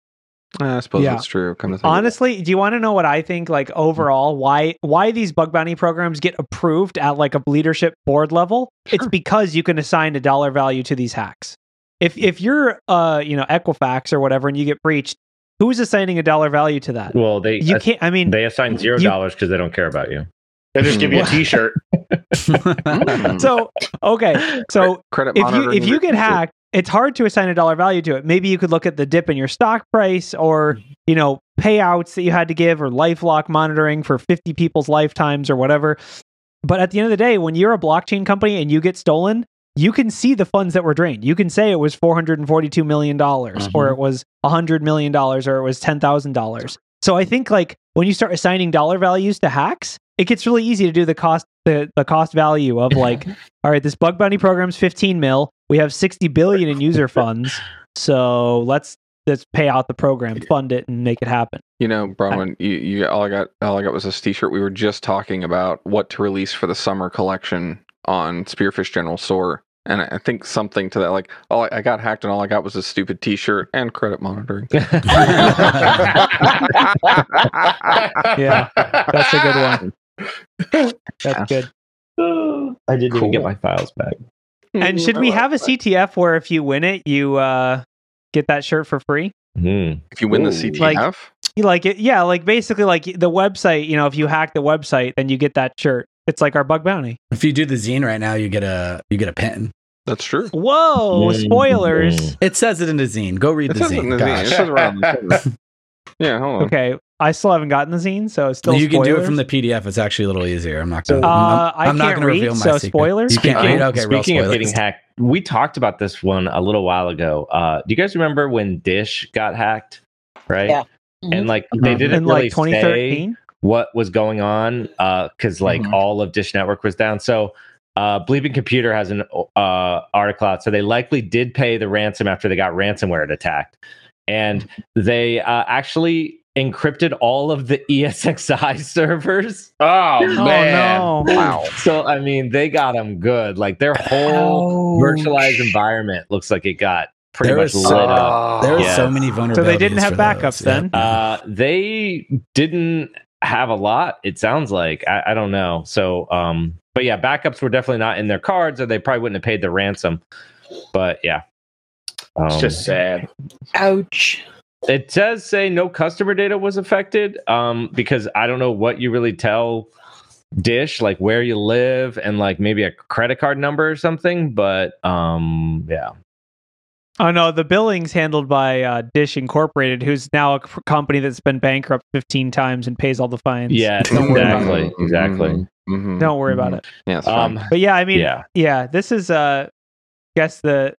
I suppose Yeah. that's true. Come to think of it. [laughs] honestly do you want to know what i think like overall why why these bug bounty programs get approved at like a leadership board level it's Sure. because you can assign a dollar value to these hacks if if you're uh you know equifax or whatever and you get breached who's assigning a dollar value to that Well, they you can't i mean they assign zero You- dollars because they don't care [laughs] about [gasps] you. they just give you a T-shirt. Mm. so okay so credit if you monitoring if you get reduces- hacked, it's hard to assign a dollar value to it. Maybe you could look at the dip in your stock price, or you know payouts that you had to give, or LifeLock monitoring for fifty people's lifetimes, or whatever. But at the end of the day, when you're a blockchain company and you get stolen, you can see the funds that were drained. You can say it was four hundred and forty-two million dollars, or Mhm. it was hundred million dollars, or it was ten thousand dollars. So I think like when you start assigning dollar values to hacks, it gets really easy to do the cost the, the cost [laughs] value of like, all right, this bug bounty program's 15 mil. We have 60 billion in user funds. So let's let's pay out the program, fund it, and make it happen. You know, Bronwyn, you, you all I got all I got was this T-shirt. We were just talking about what to release for the summer collection on Spearfish General Store, and I I think something to that, like all I, I got hacked and all I got was a stupid T-shirt and credit monitoring. [laughs] Yeah, That's a good [laughs] one. Yeah. That's good. I didn't Cool. even get my files back. And should we have a CTF where if you win it, you uh get that shirt for free? Hmm. If you win the Ooh. CTF, Like- You like it? Yeah, like basically like the website, you know, if you hack the website, then you get that shirt. It's like our bug bounty. [laughs] if you do the zine right now, you get a you get a pin. that's true. Whoa, Mm, Oh, spoilers. mm. It says it in the zine. Go read It the says in zine. the zine. It Gosh. says around the corner. Yeah, hold on. Okay, I still haven't gotten the zine, so it's still you can do it spoilers. from the PDF. It's actually a little easier. I'm not gonna. Uh, I'm, I I'm not can't gonna read, reveal my so secret. spoilers? You can't Speaking- read. Okay, real speaking spoilers. of getting hacked, we talked about this one a little while ago. Uh, do you guys remember when Dish got hacked? Right. Yeah. And like they Mhm. didn't Mm-hmm. in really like say 2013. what was going on because like Mhm. all of Dish Network was down. So uh, Bleeping Computer has an uh, article out. So they likely did pay the ransom after they got ransomware attacked, and they uh, actually encrypted all of the [laughs] E ESXi servers. [laughs] Oh man. Oh no! Wow. So I mean, they got them good. Like their whole virtualized environment looks like it got pretty There much is lit so- uh, up. Oh. There are Yeah. Um, so many vulnerabilities. So they didn't have for backups those. then? Yep. Uh, they didn't have a lot. It sounds like I, I don't know. So, um, but yeah, backups were definitely not in their cards, or they probably wouldn't have paid the ransom. But yeah, um, It's just sad. Ouch. It does say no customer data was affected um, because I don't know what you really tell Dish, like where you live and like maybe a credit card number or something. But um, yeah. Oh no, the billing's handled by uh, Dish Incorporated, who's now a c- company that's been bankrupt 15 times and pays all the fines. [laughs] Yeah, Don't worry about exactly. it. Exactly. Mhm. Don't worry Mm-hmm. about it. Yeah, it's fine. Um, But yeah, I mean, yeah, yeah. this is, uh, guess the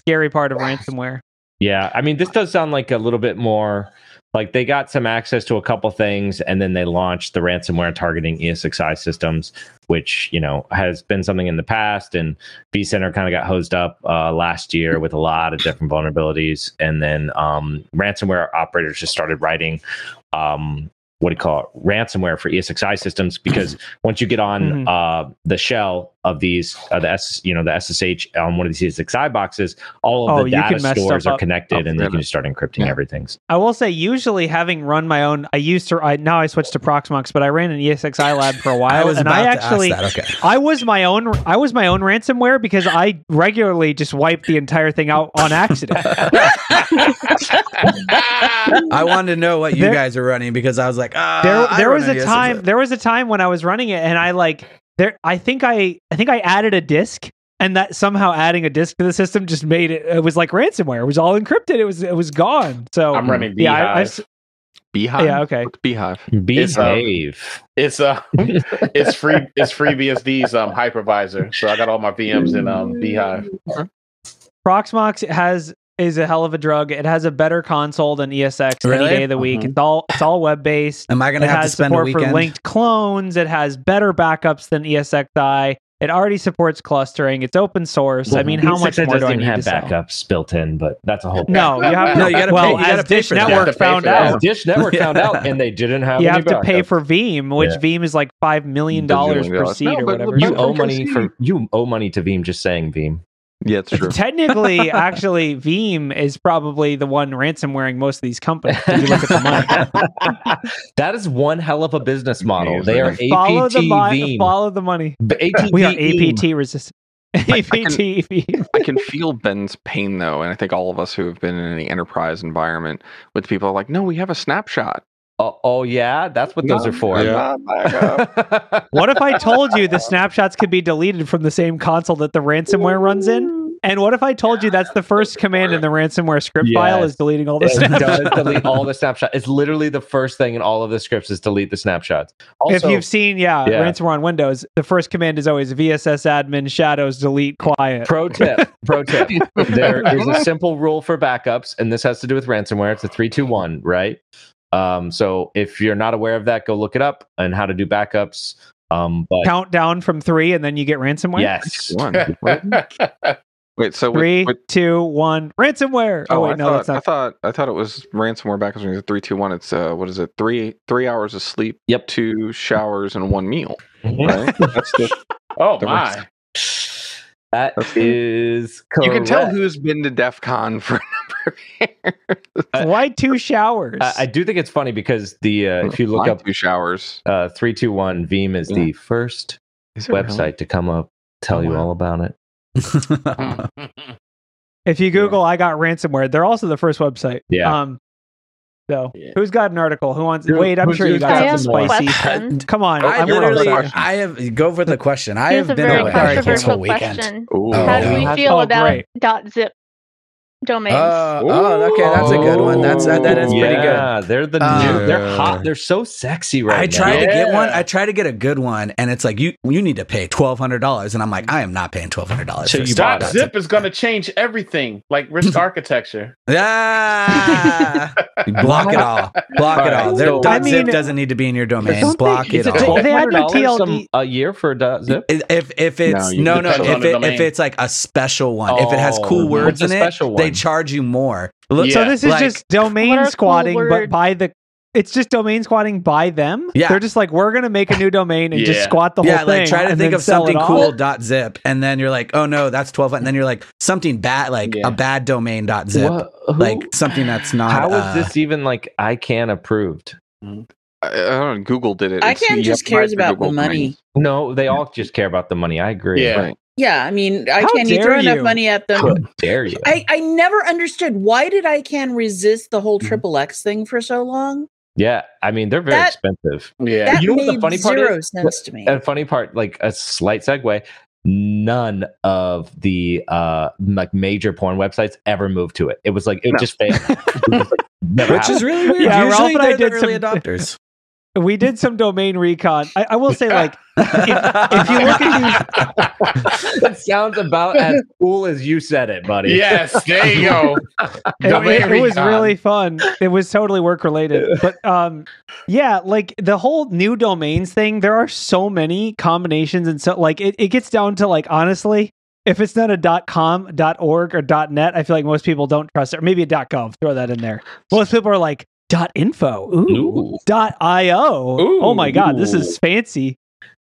scary part of ransomware. Yeah. I mean, this does sound like a little bit more like they got some access to a couple things and then they launched the ransomware targeting E ESXi systems, which, you know, has been something in the past. And vCenter kind of got hosed up uh, last year with a lot of different vulnerabilities. And then um, ransomware operators just started writing. Um, what do you call it? Ransomware for E ESXi systems [clears throat] because once you get on Mhm. uh, the shell of these, uh, the S, you know, the SSH on one of these E ESXi boxes, all Oh, of the you can data mess stores stuff are up. connected Oh, and they can goodness. just start encrypting Yeah. everything. I will say, usually having run my own, I used to, I now I switched to Proxmox, but I ran an [laughs] ESXi lab for a while, I was and about I to actually, ask that. Okay. I was my own. I was my own ransomware because I regularly just wiped the entire thing out on accident. [laughs] [laughs] I wanted to know what you There- guys are running because I was like, ah, there, I there run was a NES. time. There was a time when I was running it, and I like there. I think I, I think I added a disk, and that somehow adding a disk to the system just made it. It was like ransomware. It was all encrypted. It was, it was gone. So I'm running yeah, I- I Beehive. s- Beehive. yeah, okay. What's Beehive. uh, Behave. It's uh, it's free. It's free BSD's um hypervisor. So I got all my VMs in um Beehive. Proxmox has is a hell of a drug. It has a better console than ESX Really? any day of the week. It's all, it's all web based. Am I going to it have to has spend a support for weekend? [laughs] linked clones. It has better backups than E ESXi. It already supports clustering. It's open source. I mean, E how much more ESXi do I doesn't need have to sell? backups built in, but that's a whole No, you have to. No, you gotta well, pay- you as gotta pay Dish for that. Network You have to pay found for that. As out, [laughs] Dish Network Yeah. found out, and they didn't have. you any have to pay backup. for Veeam, which Yeah. Veeam is like five million dollars per dollars. seat No, or but whatever. you You You owe Proxmox money is- for you owe money to Veeam just saying Veeam. Yeah, it's true. Technically, actually, Veeam is probably the one ransomwaring most of these companies. If you look at the [laughs] money. [laughs] that is one hell of a business model. They are APT follow the money. Veeam. Follow the money. APT We are Veeam. APT resistant. APT. Veeam. I can feel Ben's pain though, and I think all of us who have been in any enterprise environment with people are like, no, we have a snapshot. Oh, oh, yeah, that's what those No, are for. Yeah. [laughs] not backup. What if I told you the snapshots could be deleted from the same console that the ransomware runs in? And what if I told you that's the first command in the ransomware script file is Yes. deleting all the it [laughs] does snapshots? delete all the snapshots. It's literally the first thing in all of the scripts is delete the snapshots. Also, if you've seen, yeah, Yeah. ransomware on Windows, the first command is always VSS admin shadows delete quiet. Pro tip, [laughs] pro tip. [laughs] There is [laughs] a simple rule for backups, and this has to do with ransomware. It's a three, two, one, right? Um, so if you're not aware of that, go look it up and how to do backups. Um, but Count down from three, and then you get ransomware. yes, [laughs] One. Wait, so with- three, with- two, one, ransomware. Oh, oh, wait, I no, thought, that's not. I thought I thought it was ransomware back when it was three, two, one. It's uh, what is it? Three three hours of sleep, Yep. two showers, and one meal. Mm-hmm. Right? That's [laughs] the Oh The my! rest. that That's- is correct. you can tell who's been to DEF CON for a number of [laughs] years. I- Why two showers? I, I do think it's funny because the Oh, uh, if you look Mine up two showers, uh, three, two, one, Veeam is the first Is it really? website to come up tell Oh, you wow. all about it. If you Google "I got ransomware," they're also the first website. Yeah. Um, so Yeah. who's got an article? Who wants? Who- wait, I'm who's- sure you who's got got I something have some more. spicy. questions. Come on, I I'm literally, sorry. question. I have go for the question. I Here's have a been very away this controversial whole weekend. question. Ooh. Oh, How do yeah. we feel Oh, about great. dot zip domains? Uh, oh, okay, that's a good one. That's uh, that, that is pretty good. Yeah, They're the Um, new, they're Yeah. Uh, hot. They're so sexy right I now. tried to get Yeah. one. I tried to get a good one, and it's like you you need to pay twelve hundred dollars, and I'm like, I am not paying twelve hundred dollars. So for you stuff. bought Dot That's zip is going to change everything, like risk architecture. it. [laughs] Ah, block it all. Block All it all. right, There, so- I dot mean- zip doesn't need to be in your domain. Don't Block they- it it's a all. twelve- They had their $1,200 some- TLD a year for dot zip. If if it's you- no no, depends on if the it, domain. if it's like a special one, if it has Oh, cool words what's in a it, special they one? charge you more. Yeah. So this is like- just What are domain cool squatting, but words? by the it's just domain squatting by them. Yeah. they're just like we're gonna make a new domain and just Yeah. squat the whole yeah, thing. like try to and think then of sell it something off. cool dot zip, and then you're like, oh no, that's twelve. And then you're like something bad, like Yeah. a bad domain dot zip, What- who- like something that's not. How is uh, this even like I can approved? I, I don't know. Google did it. I It's- can you just have to buy cares the about the Google money. domains. No, they all just care about the money. I agree. Yeah. Right. Yeah, I mean, I How can't you dare throw enough you. money at them. How dare you? I, I never understood why did ICANN resist the whole Hmm. Mhm. triple X thing for so long? yeah, I mean they're very That- expensive. Yeah. That You know what made the funny part zero is? sense to me. And funny part, like a slight segue, none of the uh like major porn websites ever moved to it. It was like it No. just failed. [laughs] It was, like, never [laughs] Which is happened. really weird. Yeah, Ralph Usually and I they're the did early some- adopters. We did some domain recon. I, I will say, like, [laughs] if you look at that sounds about [laughs] as cool as you said it, buddy. Yes, there you go. it, Domain it- it was recon. really fun. It was totally work related. But um yeah, like the whole new domains thing, there are so many combinations and so like it, it gets down to like honestly, if it's not a .com, .org or .net, I feel like most people don't trust it. Or maybe a .gov, throw that in there. Most people are like .info, ooh, Ooh. .io. oh my god, this is fancy.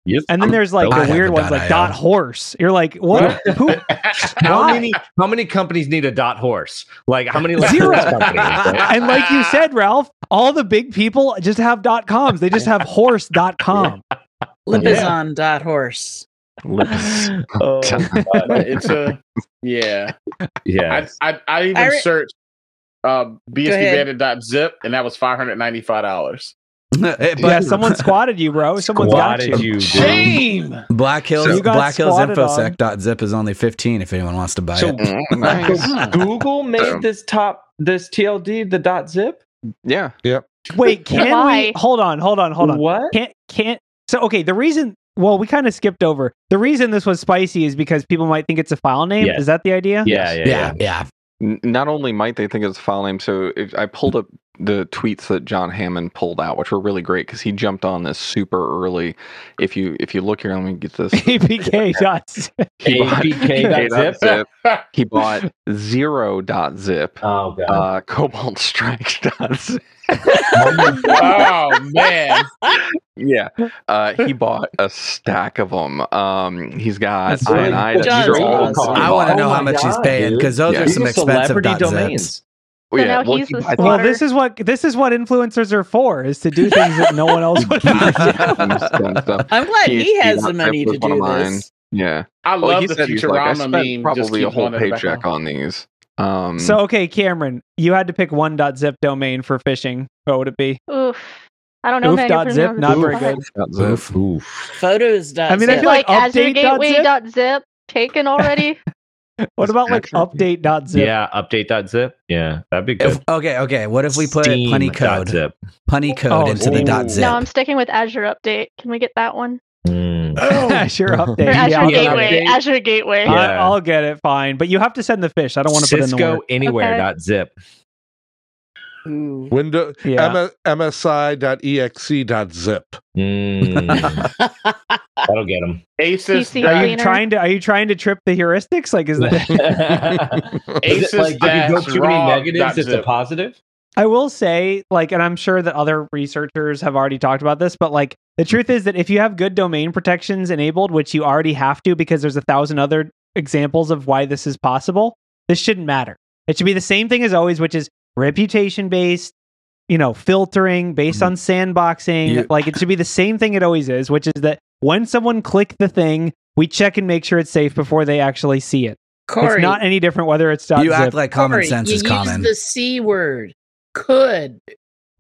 Yes. And then there's like I the have weird a ones like .io. dot horse. You're like, what? Who? [laughs] how Why? many how many companies need a dot horse? Like [laughs] how many like, Zero. horse companies? [laughs] and like you said, Ralph, all the big people just have dot coms. They just have horse [laughs] dot com. Lipizzan dot horse. Lips. [sighs] Oh, [laughs] God. Uh, it's a yeah. [laughs] yeah. I I, I even I re- searched uh, ahead. bsbandit.zip and that was five hundred ninety five dollars. [laughs] But- Yeah, someone squatted you, bro. Someone got Squatted you. [laughs] you, dude. Shame. Black So- Hills You got Black Hills squatted on. infosec.zip is only 15 if anyone wants to buy So it. Mm-hmm. Google made this top this TLD the dot zip. yeah. Wait, can Why? we? Hold on, hold on, hold on. What? Can't can't. So okay, the reason. Well, we kind of skipped over. The reason this was spicy is because people might think it's a file name. Yeah. Is that the idea? Yeah, yeah, yeah. Yeah, yeah. N- Not only might they think it's a file name, so if I pulled up the tweets that John Hammond pulled out, which were really great because he jumped on this super early. If you if you look here, let me get [laughs] this. [laughs] APK dots. He bought- [laughs] APK dot zip. zip. [laughs] He bought zero dot zip, Oh god. uh, cobalt strike dot zip. [laughs] oh man. Yeah, uh, he bought a stack of them. Um, he's got That's I really and I. cool. These are John's all. awesome. he I want to bought. know Oh how my much he's God, paying dude. because those Yeah. are These some are expensive dot zips. So Yeah, now well, he's he- the I think- Well, Water. this is what this is what influencers are for: is to do things that no one else [laughs] would. ever do. Some stuff. I'm glad he PhD has dot zip the money was to one of do mine. this. Yeah. I Well, love he the said he's like, I Futurama spent meme. just probably a keeps whole going in the paycheck background. on these. Hmm. Um, So okay, Cameron, you had to pick one .zip domain for phishing. What would it be? [laughs] [laughs] Oof. I don't know. Oof if I can dot zip, pronounce not it. very Oof. good. that's it. Oof. Photos dot I mean, I zip. feel like Like, as your update dot gateway dot zip taken already. What about like Actually- update.zip? [laughs] Yeah, update dot zip. Yeah, that'd be good. If, okay, okay. What if we put Steam punny dot code, zip. punny code Oh, into the ooh. dot zip? no, I'm sticking with Azure update. Can we get that one? Mm. [laughs] Azure Oh, update. Or Azure Yeah, I'll, get gateway. update. Azure gateway. Yeah. I- I'll get it fine. But you have to send the fish. I don't want to put in the Cisco word. anywhere Okay. dot zip. Ooh. [laughs] Window Yeah. M- E msi.exe.zip. Mm. That'll get them. Asus. PC dot- [laughs] Are you Cleaner. trying to are you trying to trip the heuristics? [laughs] Like is that Aces if you go dash too many raw negatives, dot it's a zip. positive. I will say, like, and I'm sure that other researchers have already talked about this, but like the truth is that if you have good domain protections enabled, which you already have to because there's a thousand other examples of why this is possible, this shouldn't matter. It should be the same thing as always, which is reputation based, you know, filtering based on Mm-hmm. sandboxing. You- Like it should be the same thing it always is, which is that when someone click the thing, we check and make sure it's safe before they actually see it. Corey, It's not any different whether it's You .zip. act like common Corey, sense you is common. Use [laughs] the c word could Hmm.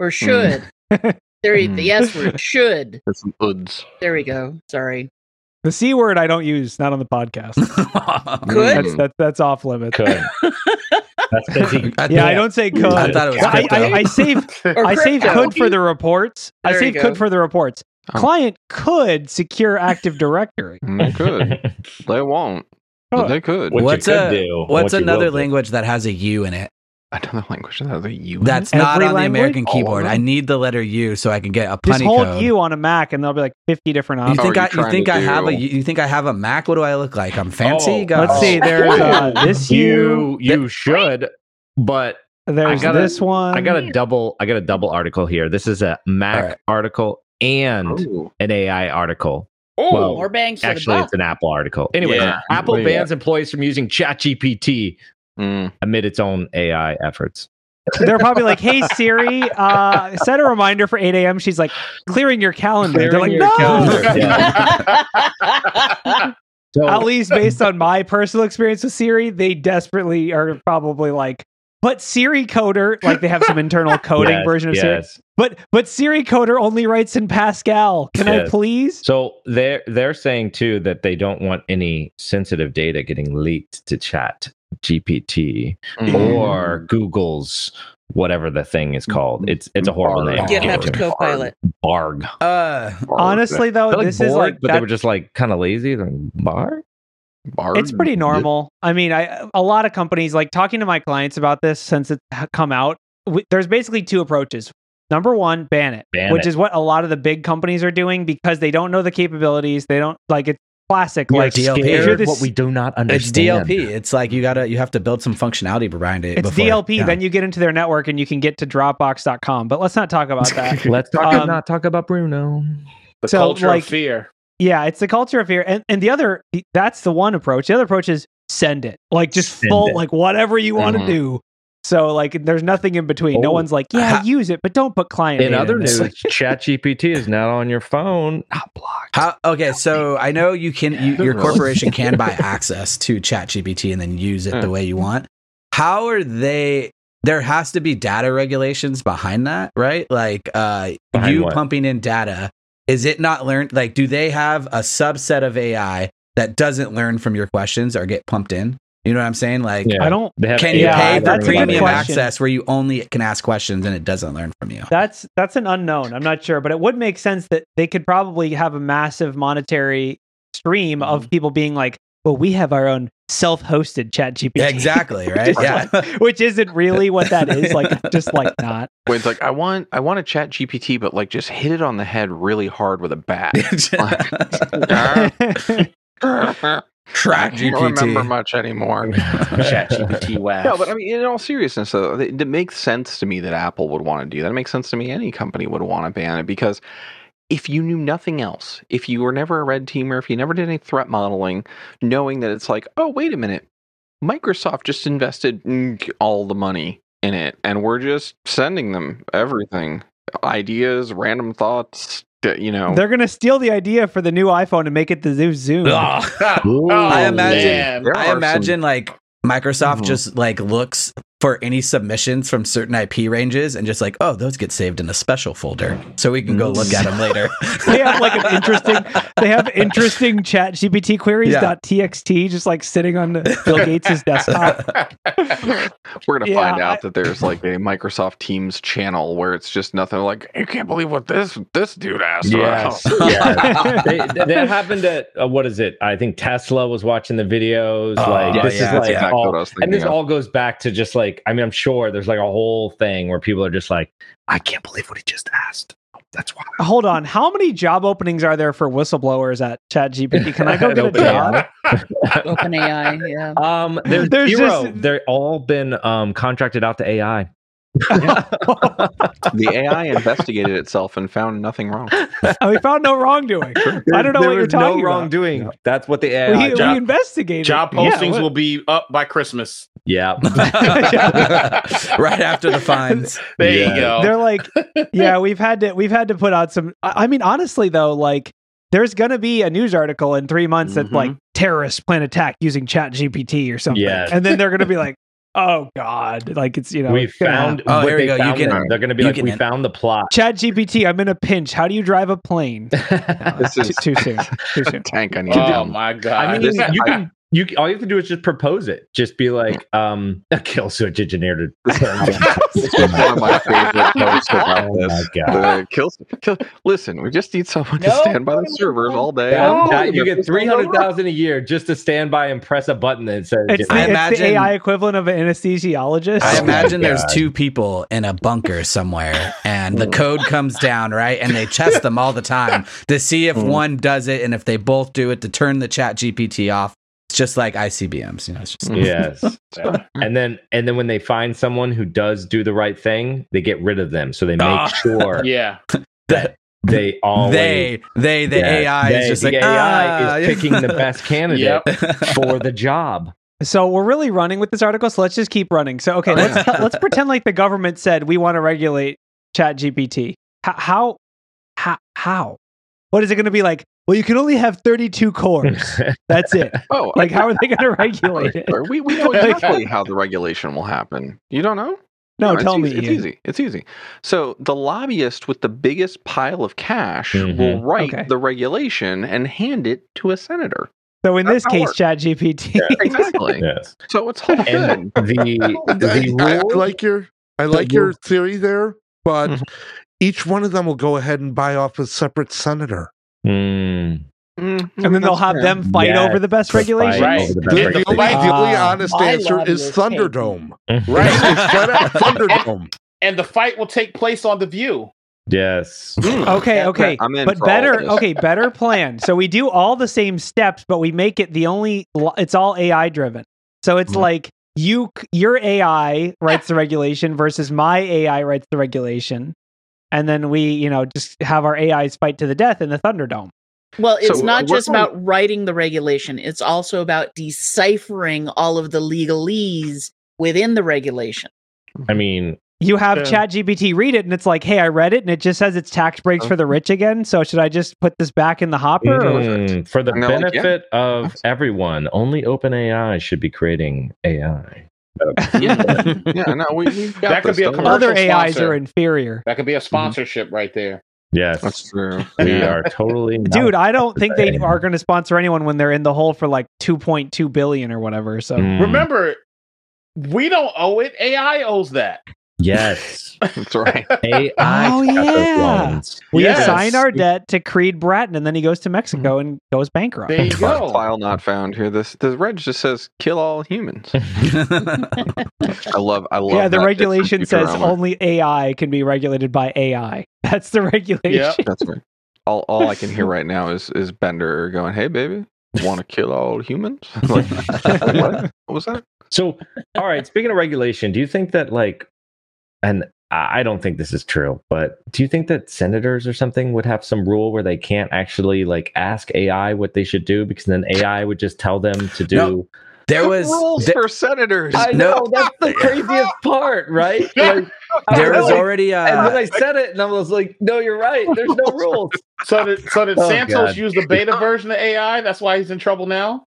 or should. there, [laughs] you- the s word should. It's an uds. There we go. Sorry. the c word I don't use, not on the podcast. [laughs] Mm, Could. Hmm. That's that's that's off limits. [laughs] Could. That's 'cause he- Yeah, I don't say could. I thought it was I, crypto. I, I save Or I save crypto. could for the reports. I There you save could go. for the reports. Oh. Client could secure Active Directory. Mm, [laughs] Good. They won't. But Oh. they could. What you What's could a- do, What's what you will another do. language that has a U in it? Another language that has a U. in That's Every not on language? the American All of keyboard. them? I need the letter U so I can get a Just punny hold code. you on a Mac, and there'll be like fifty different You Oh, options. think you're I you trying think to I have a do- you think I have a Mac? What do I look like? I'm fancy. Oh, guys. Let's see. There's [laughs] uh, this you. you you should, but There's I gotta- this one. I got a double. I got a double article here. This is a Mac All right. article it. and Ooh. an AI article. Oh, Well, More bangs for Actually, the it's buck. an Apple article. Anyway, Yeah. Apple What do you bans employees from using ChatGPT Mm. amid its own AI efforts. They're probably like, "Hey Siri, uh, set a reminder for 8 a.m." She's [laughs] like, "Clearing your calendar." They're like, Clearing your "No." calendar. Yeah. No. at least based on my personal experience with Siri, they desperately are probably like, but Siri coder, like they have some [laughs] internal coding Yes, version of Siri. yes. But but Siri coder only writes in Pascal. Can I Yes. please? So they're they're saying too that they don't want any sensitive data getting leaked to Chat GPT mm, or Google's whatever the thing is Mm. called. It's it's a horrible name. Barg. Give it Barg. to GitHub me. Copilot. Barg. Uh, Honestly though, I like this Borg, is like but that- they were just like kind of lazy. Then Barg. Barg? it's pretty [laughs] normal. I mean, I a lot of companies like talking to my clients about this since it's ha- come out. W- there's basically two approaches. Number one, ban it, Ban which it. is what a lot of the big companies are doing because they don't know the capabilities. They don't like it's classic. You're like DLP. if you're Scared this- what we do not it's understand. DLP. It's like you gotta you have to build some functionality behind it. It's before- DLP. yeah. Then you get into their network and you can get to Dropbox.com. But let's not talk [laughs] about that. Let's talk Um, not talk about Bruno. The So, culture like- [laughs] of fear. yeah, it's the culture of fear. And and the other that's the one approach. The other approach is send it. Like just Send full, it. Mm-hmm. like whatever you want to Mhm. do. So like there's nothing in between. no Oh. one's like, yeah, Ha- use it, but don't put client. In data other this. news, [laughs] ChatGPT is now on your phone. Not blocked. How, okay, so I know you can you, your Really? corporation [laughs] can buy access to ChatGPT and then use it Hmm. the way you want. How are they? There has to be data regulations behind that, right? Like uh, Behind you what? pumping in data, is it not learned? Like, do they have a subset of AI that doesn't learn from your questions or get pumped in? You know what I'm saying? Like, Yeah. I don't. They have can AI you Yeah, pay for that's a good premium question. access where you only can ask questions and it doesn't learn [laughs] from you? That's that's an unknown. I'm not sure, but it would make sense that they could probably have a massive monetary stream Mm-hmm. of people being like, "Well, we have our own self-hosted chat GPT." exactly, [laughs] right? Just yeah. which isn't really what that is. Like, just like not. [laughs] Where it's like I want I want a chat GPT, but like just hit it on the head really hard with a [laughs] bat. [laughs] Track I don't remember [laughs] much anymore. [laughs] ChatGPT wow. No, [laughs] but I mean, in all seriousness, though, it, it makes sense to me that Apple would want to do that. It makes sense to me any company would want to ban it because if you knew nothing else, if you were never a red teamer, if you never did any threat modeling, knowing that it's like, oh, wait a minute, Microsoft just invested mm, all the money in it, and we're just sending them everything ideas, random thoughts, that, you know. They're gonna steal the idea for the new iPhone and make it the new Zoom. Ugh. Ah. Oh, I imagine- man. There are I some- imagine like Microsoft Mhm. just like looks for any submissions from certain IP ranges and just like, oh, those get saved in a special folder, so we can go look at them later. [laughs] They have like an [laughs] interesting. They have interesting Chat GPT queries dot txt just like sitting on the- Bill Gates' desktop. We're gonna Yeah, find out I- that there's like a Microsoft Teams channel where it's just nothing. Like you can't believe what this this dude asked. Yes. us." [laughs] yes. [laughs] They- they- that happened at uh, what is it? I think Tesla was watching the videos. Oh, like yeah, this is yeah, that's like exactly all, what I was and this thinking of. all goes back to just like I mean I'm sure there's like a whole thing where people are just like I can't believe what he just asked. That's why. Hold on, how many job openings are there for whistleblowers at Chat GPT? Can I go [laughs] At get a job? [laughs] OpenAI. Open AI. Yeah. [laughs] um, there's, There's zero. just- They're all been um contracted out to [laughs] AI. the AI investigated itself and found nothing [laughs] wrong. And Oh, we found no wrongdoing. I don't know There what you're was talking no about. wrongdoing. Uh, That's what the AI. We, we job- investigated. Job Yeah, postings what- will be up by Christmas. [laughs] [laughs] yeah. [laughs] right after the fines. There Yeah. you go. they're like yeah we've had to we've had to put out some i I mean honestly though like there's gonna be a news article in three months that Mm-hmm. like terrorists plan attack using chat gpt or something Yes. and then they're gonna be like oh god like it's you know we it's gonna happen. found. Oh, what here we they go. You found can- them. They're going to be you like, can we end- found the plot. [laughs] chat gpt i'm in a pinch how do you drive a plane This too, is- too soon too [laughs] soon Tank, Um, I need to oh down. my god. I mean, this- you I- can. You c- all you have to do is just propose it. Just be like, um, [laughs] a kill switch engineer to. This was one of my favorite posts about Oh this. my god! The kill, kill, listen, we just need someone to No. stand by the servers all day. Oh, That- I'm that- telling you get this three goes on. hundred thousand a year just to stand by and press a button that says. it's, I the, it's imagine- the ai equivalent of an anesthesiologist I Oh my imagine there's God. Mm. two people in a bunker somewhere, and the code comes down, right? And they test them all the time to see if Mm. one does it, and if they both do it, to turn the Chat GPT off. It's just like ICBMs, you know. It's just, [laughs] yes, and then and then when they find someone who does do the right thing, they get rid of them. So they make Ah. [laughs] sure yeah. they always they, they, the Yes, AI they- is just the like AI "Ah." [laughs] is picking the best candidate Yep. for the job. So we're really running with this article, so let's just keep running. So Oh, okay, let's let's pretend like the government said we want to regulate Chat GPT. How how how, how? what is it going to be like? well, you can only have [laughs] 32 cores. That's it. Oh, Like, how are they going to regulate it? Or We, we know Like- exactly how the regulation will happen. You don't know? No, it's tell easy- me. It's Ian. easy. It's easy. So the lobbyist with the biggest pile of cash will Mm-hmm. Mhm. write Okay. the regulation and hand it to a senator. So in That's this how case, it Chat GPT. [laughs] Exactly. [laughs] yes. So it's all good. And the, the I, I rule- like your I like your theory there, but Mm-hmm. Mhm. each one of them will go ahead and buy off a separate senator. Mm, Mm, [laughs] And then they'll that's have fair. them fight Yeah, over the best the fight regulation. Right. over the The, best the only, regulation. the only Ah. honest My answer is lobbyist hate you. Thunderdome. Right. It's flat out Thunderdome. [laughs] and the fight will take place on the view. Yes. Mm, [laughs] Okay, Yeah, okay. I'm in But for all of better, this. okay, better plan. So we do all the same steps, but we make it the only lo- it's all AI driven. So it's Mhm. Mm-hmm. like you c- your AI writes the regulation versus my AI writes the regulation. And then we, you know, just have our AIs fight to the death in the Thunderdome. Well, it's So, not uh, just we're about writing the regulation, it's also about deciphering all of the legalese within the regulation. I mean, You have Yeah. ChatGPT read it and it's like, "Hey, I read it and it just says it's tax breaks for the rich again, so should I just put this back in the hopper?" or- Perfect. Mm, for the And they're like, yeah. benefit of everyone, only OpenAI should be creating AI. Mm-hmm. [laughs] Yeah, yeah, no, we, [laughs] we've got That could this, be a don't worry. commercial Other AIs sponsor. are inferior. That could be a sponsorship right there. Yes. That's [laughs] true. we Yeah. are [laughs] totally not- Dude, I don't think they Dang. are going to sponsor anyone when they're in the hole for like 2.2 billion or whatever. So Mm, Remember, we don't owe it. AI owes that. Yes. [laughs] That's [laughs] right. AI Oh, got those yeah. loans. we Yes. assign our debt to Creed Bratton and then he goes to Mexico and goes bankrupt. There you File, go. file not found here. This the reg just says kill all [laughs] humans. I love. I love. yeah, that bit the from regulation says Futurama. only AI can be regulated by AI. [laughs] That's the regulation. That's right. All, all I can hear right now is is Bender going, "Hey, baby, want to kill all humans?" [laughs] like, what? what was that? So, all right. Speaking of regulation, do you think that like, and I I don't think this is true, but do you think that senators or something would have some rule where they can't actually like ask AI what they should do because then AI would just tell them to do? No. [laughs] there was rules there, for senators. I No. know that's [laughs] the craziest part, [laughs] right? Like, I there was know. already And then a I said it, and I was like, "No, you're right. There's no [laughs] rules." So did, so did Oh, Santos God. use the beta version of AI? That's why he's in trouble now.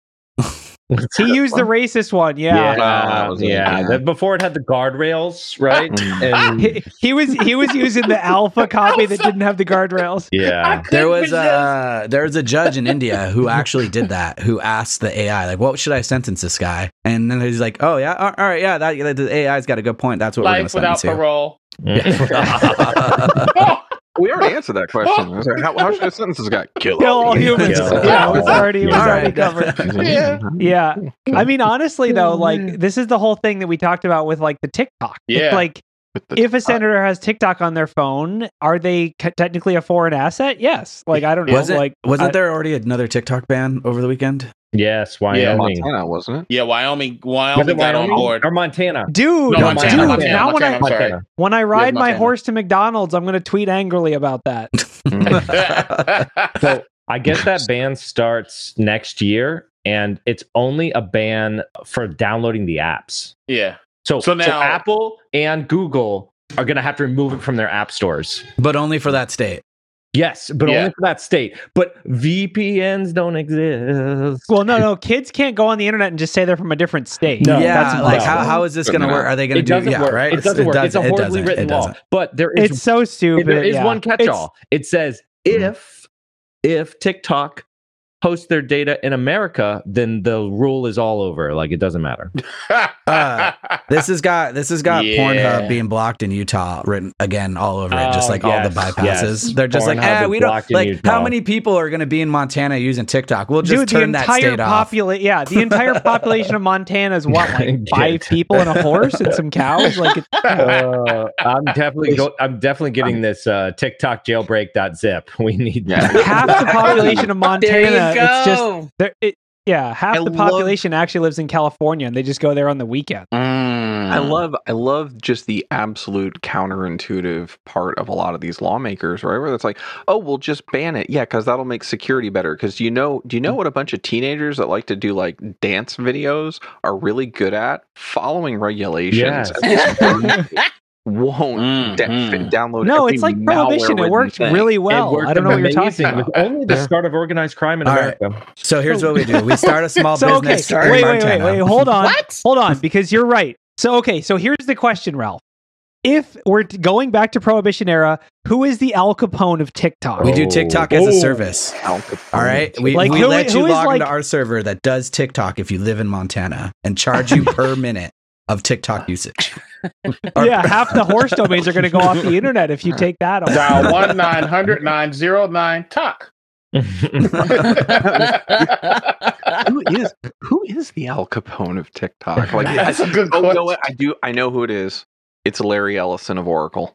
He used the racist one. [laughs] Yeah. Yeah, That was it, yeah. yeah. That- before it had the guardrails, right? Mm. and [laughs] He, he was he was using the alpha copy that didn't have the guardrails. yeah, there was uh, a there was a judge in India who actually did that. Who asked the AI like, "What should I sentence this guy?" And then he's like, "Oh yeah, all all right, yeah, that, that the AI's got a good point. That's what Life we're going to without sentence [laughs] parole. Mm. [laughs] you." Oh, we already answered that question. I was like, how, how should I sentence this guy? Kill, Kill Oh, all humans. [laughs] Kill all Yeah, it was already, it was [laughs] All already right. covered. Yeah. Yeah. Okay. I mean, honestly, though, like this is the whole thing that we talked about with like the TikTok. It's Yeah. like if a senator has TikTok on their phone, are they c- technically a foreign asset? Yes. Like I don't know. Was it- like Wasn't I- there already another TikTok ban over the weekend? yes, Wyoming. Montana, wasn't yeah, Wyoming. Was Wyoming it got on Wyoming board. or Montana? dude? No, dude, Montana. Montana. now Montana, when I I'm sorry. Montana. when I ride my Montana. horse to McDonald's, I'm going to tweet angrily about that. it? Mm. So I guess that ban starts next year, and it's only a ban for downloading the apps. [laughs] yeah. So, So now- Apple and Google are going to have to remove it from their app stores. [laughs] But only for that state. Yes, but Yeah. only for that state. But VPNs don't exist. Well, no, no, kids can't go on the internet and just say they're from a different state. No, yeah, that's like impossible. how, how is this going to work? Are they going to it do doesn't yeah, work. right? It doesn't work. it's a doesn't- it horribly doesn't- written it law. doesn't. But there is it's so stupid. there is yeah. one It's- Mm-hmm. catch-all. It says if if TikTok posts their data in America, then the rule is all over. Like it [laughs] doesn't [laughs] matter. [laughs] Uh, [laughs] This has got this has got Yeah. Pornhub being blocked in Utah written again all over it, Um, just Oh, like all yes, the bypasses. yes. They're just like, Pornhub eh, is we don't blocked in like how Utah." many people are going to be in Montana using TikTok? We'll just Dude, the turn that entire state off. population, yeah, the [laughs] entire population of Montana is what, like Get five it. people and a horse and some cows? Like, [laughs] it's Uh, I'm definitely go- I'm definitely getting this uh, TikTok jailbreak.zip. [laughs] We need Yeah. that. half the population [laughs] of There Montana. you It's just go. There, it, yeah, half I the love- population actually lives in California, and they just go there on the weekend. Mm. I love I love just the absolute counterintuitive part of a lot of these lawmakers, right? Where that's like, oh, we'll just ban it. Yeah, because that'll make security better. Because you know, do you know what a bunch of teenagers that like to do like dance videos are really good at? Following regulations. [laughs] [laughs] Yes. And won't Mm, da- mm. fit- download. No, Oh, every it's like malware prohibition. It ridden worked thing. really well. I don't know what you're talking about. [laughs] Only the Yeah. start of organized crime in All right. America. [laughs] So here's what we do: we start a [laughs] small So okay, business. in wait, wait, wait, Montana. wait. Hold on. [laughs] What? Hold on, because you're right. So, okay, so here's the question, Ralph. If we're t- going back to Prohibition era, who is the Al Capone of TikTok? We do TikTok as a Oh. service. Al Capone. All right, we, Like, we who- let who you is, log like- into our server that does TikTok if you live in Montana and [laughs] charge you per minute of TikTok usage. Or- yeah, half the horse domains are going to go off the internet if you take that off. [laughs] Dial one nine hundred nine zero nine talk. who is who is the Al Capone of [laughs] TikTok? Like, That's a good oh, you know question. what? I do. I know who it is. It's Larry Ellison of Oracle.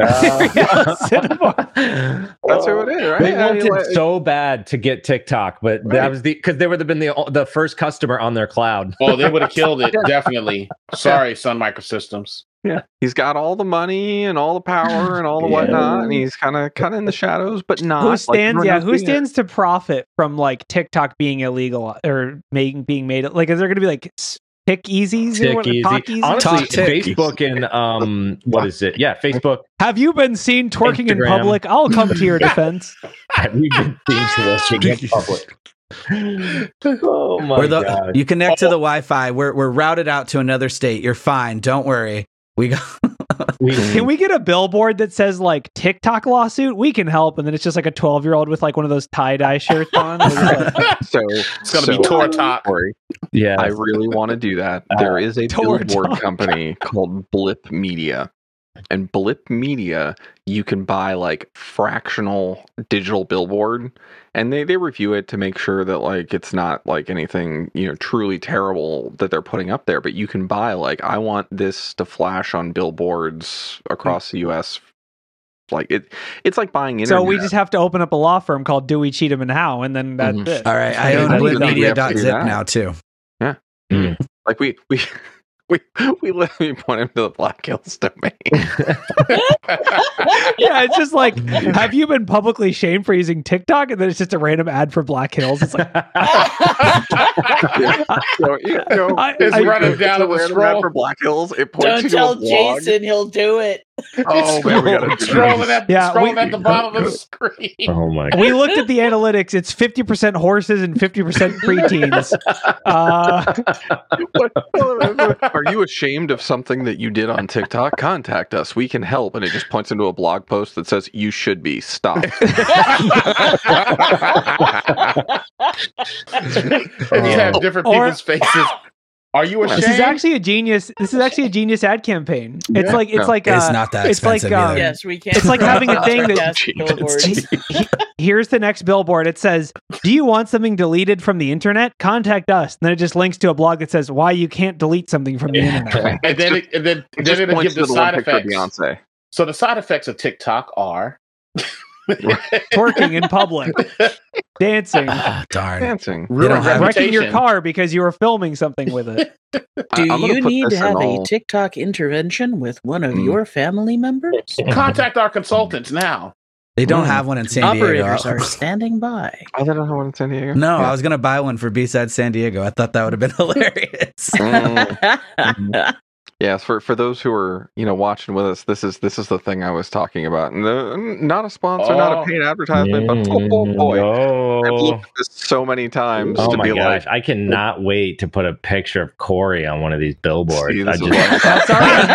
Uh, Yeah, Cinnabon. That's who it is, right? They I mean, wanted like- so bad to get TikTok, but Right. that was the because they would have been the the first customer on their cloud. Oh, they would have killed [laughs] it. Definitely. Sorry, [laughs] Sun Microsystems. he's got all the money and all the [clears throat] power and all the Yeah. whatnot, and he's kind of kind of in the shadows, but not. who like, stands? we're yeah, not who seeing it. stands to profit from like TikTok being illegal or making being made? Like, is there going to be like s- pick easies or Tick what? easy. Talk easy? Honestly, Talk tick. Facebook and um, what is it? Yeah, Facebook. Have you been seen twerking in Instagram. public? I'll come to [laughs] your defense. Have you been seen [laughs] twerking in public? Oh my or [laughs] the, god! you connect to Oh. the Wi-Fi. We're we're routed out to another state. You're fine. Don't worry. We got [laughs] We, Can we get a billboard that says like TikTok lawsuit? We can help, and then it's just like a twelve year old with like one of those [laughs] tie dye shirts on. It's like, So It's gonna be so- Tor Talk. Sorry, yeah, I really want to do [laughs] that. There is a Tor billboard Talk. company called Blip Media. And Blip Media, you can buy like fractional digital billboard and they, they review it to make sure that like it's not like anything, you know, truly terrible that they're putting up there. But you can buy like I want this to flash on billboards Mm. across the US. Like it it's like buying internet. so we just have to open up a law firm called Dewey Cheatham and Howe, and then that's Mhm. it. all right. I Yeah, own I think we have to do BlipMedia.zip that. now too. Like we we [laughs] we we literally [laughs] point him to the Black Hills [laughs] domain. [laughs] [laughs] Oh, Yeah, it's just like, have you been publicly shamed for using TikTok? And then it's just a random ad for Black Hills. It's like, "Oh, [laughs] So, you know, I- it's I- running it's down a a random scroll map for for Black Hills. It points Don't [laughs] tell Jason, he'll do it. Oh, man, we gotta do It's scrolling at, Yeah, scrolling we- at the [laughs] bottom of the screen. oh my god! we looked at the analytics. It's fifty percent horses and fifty percent preteens. Uh, Oh, [laughs] Are you ashamed of something that you did on TikTok? Contact us. We can help. And it just points into a blog post that says, "You should be [laughs] stop." and you Oh. have different Or- people's [laughs] faces. Are you ashamed? this is actually a genius. This is actually a genius ad campaign. It's like it's No, like it's uh, [laughs] not that it's like, expensive um, either. Yes, we can. It's like having [laughs] a thing that- Yes, Cheap. billboards. here's the next billboard. It says, "Do you want something deleted from the internet? Contact us." And then it just links to a blog that says why you can't delete something from the internet. and then it, and then, It then just it'll points give to the the one side picture of effects. Beyonce. So the side effects of TikTok are [laughs] Twerking in public, [laughs] dancing, Ah, darn. Dancing. You don't have- wrecking your Reputation. car because you were filming something with it. I- Do I'm gonna you put need to this in have a all- TikTok intervention with one of Mm. your family members? Contact our consultants now. They don't mm, have one in San Diego. Operators [laughs] are standing by. Oh, they don't have one in San Diego. No, Yeah. I was gonna buy one for B-side San Diego. I thought that would have been [laughs] [laughs] hilarious. [laughs] Mm. Yes, for for those who are you know watching with us, this is this is the thing I was talking about. And the, not a sponsor, not a Oh. paid advertisement, but oh, oh, boy, I've Oh. looked at this so many times Mm, Oh to my be gosh! like, I cannot wait to put a picture of Corey on one of these billboards. See, I this is [laughs] just, what- That's already [laughs]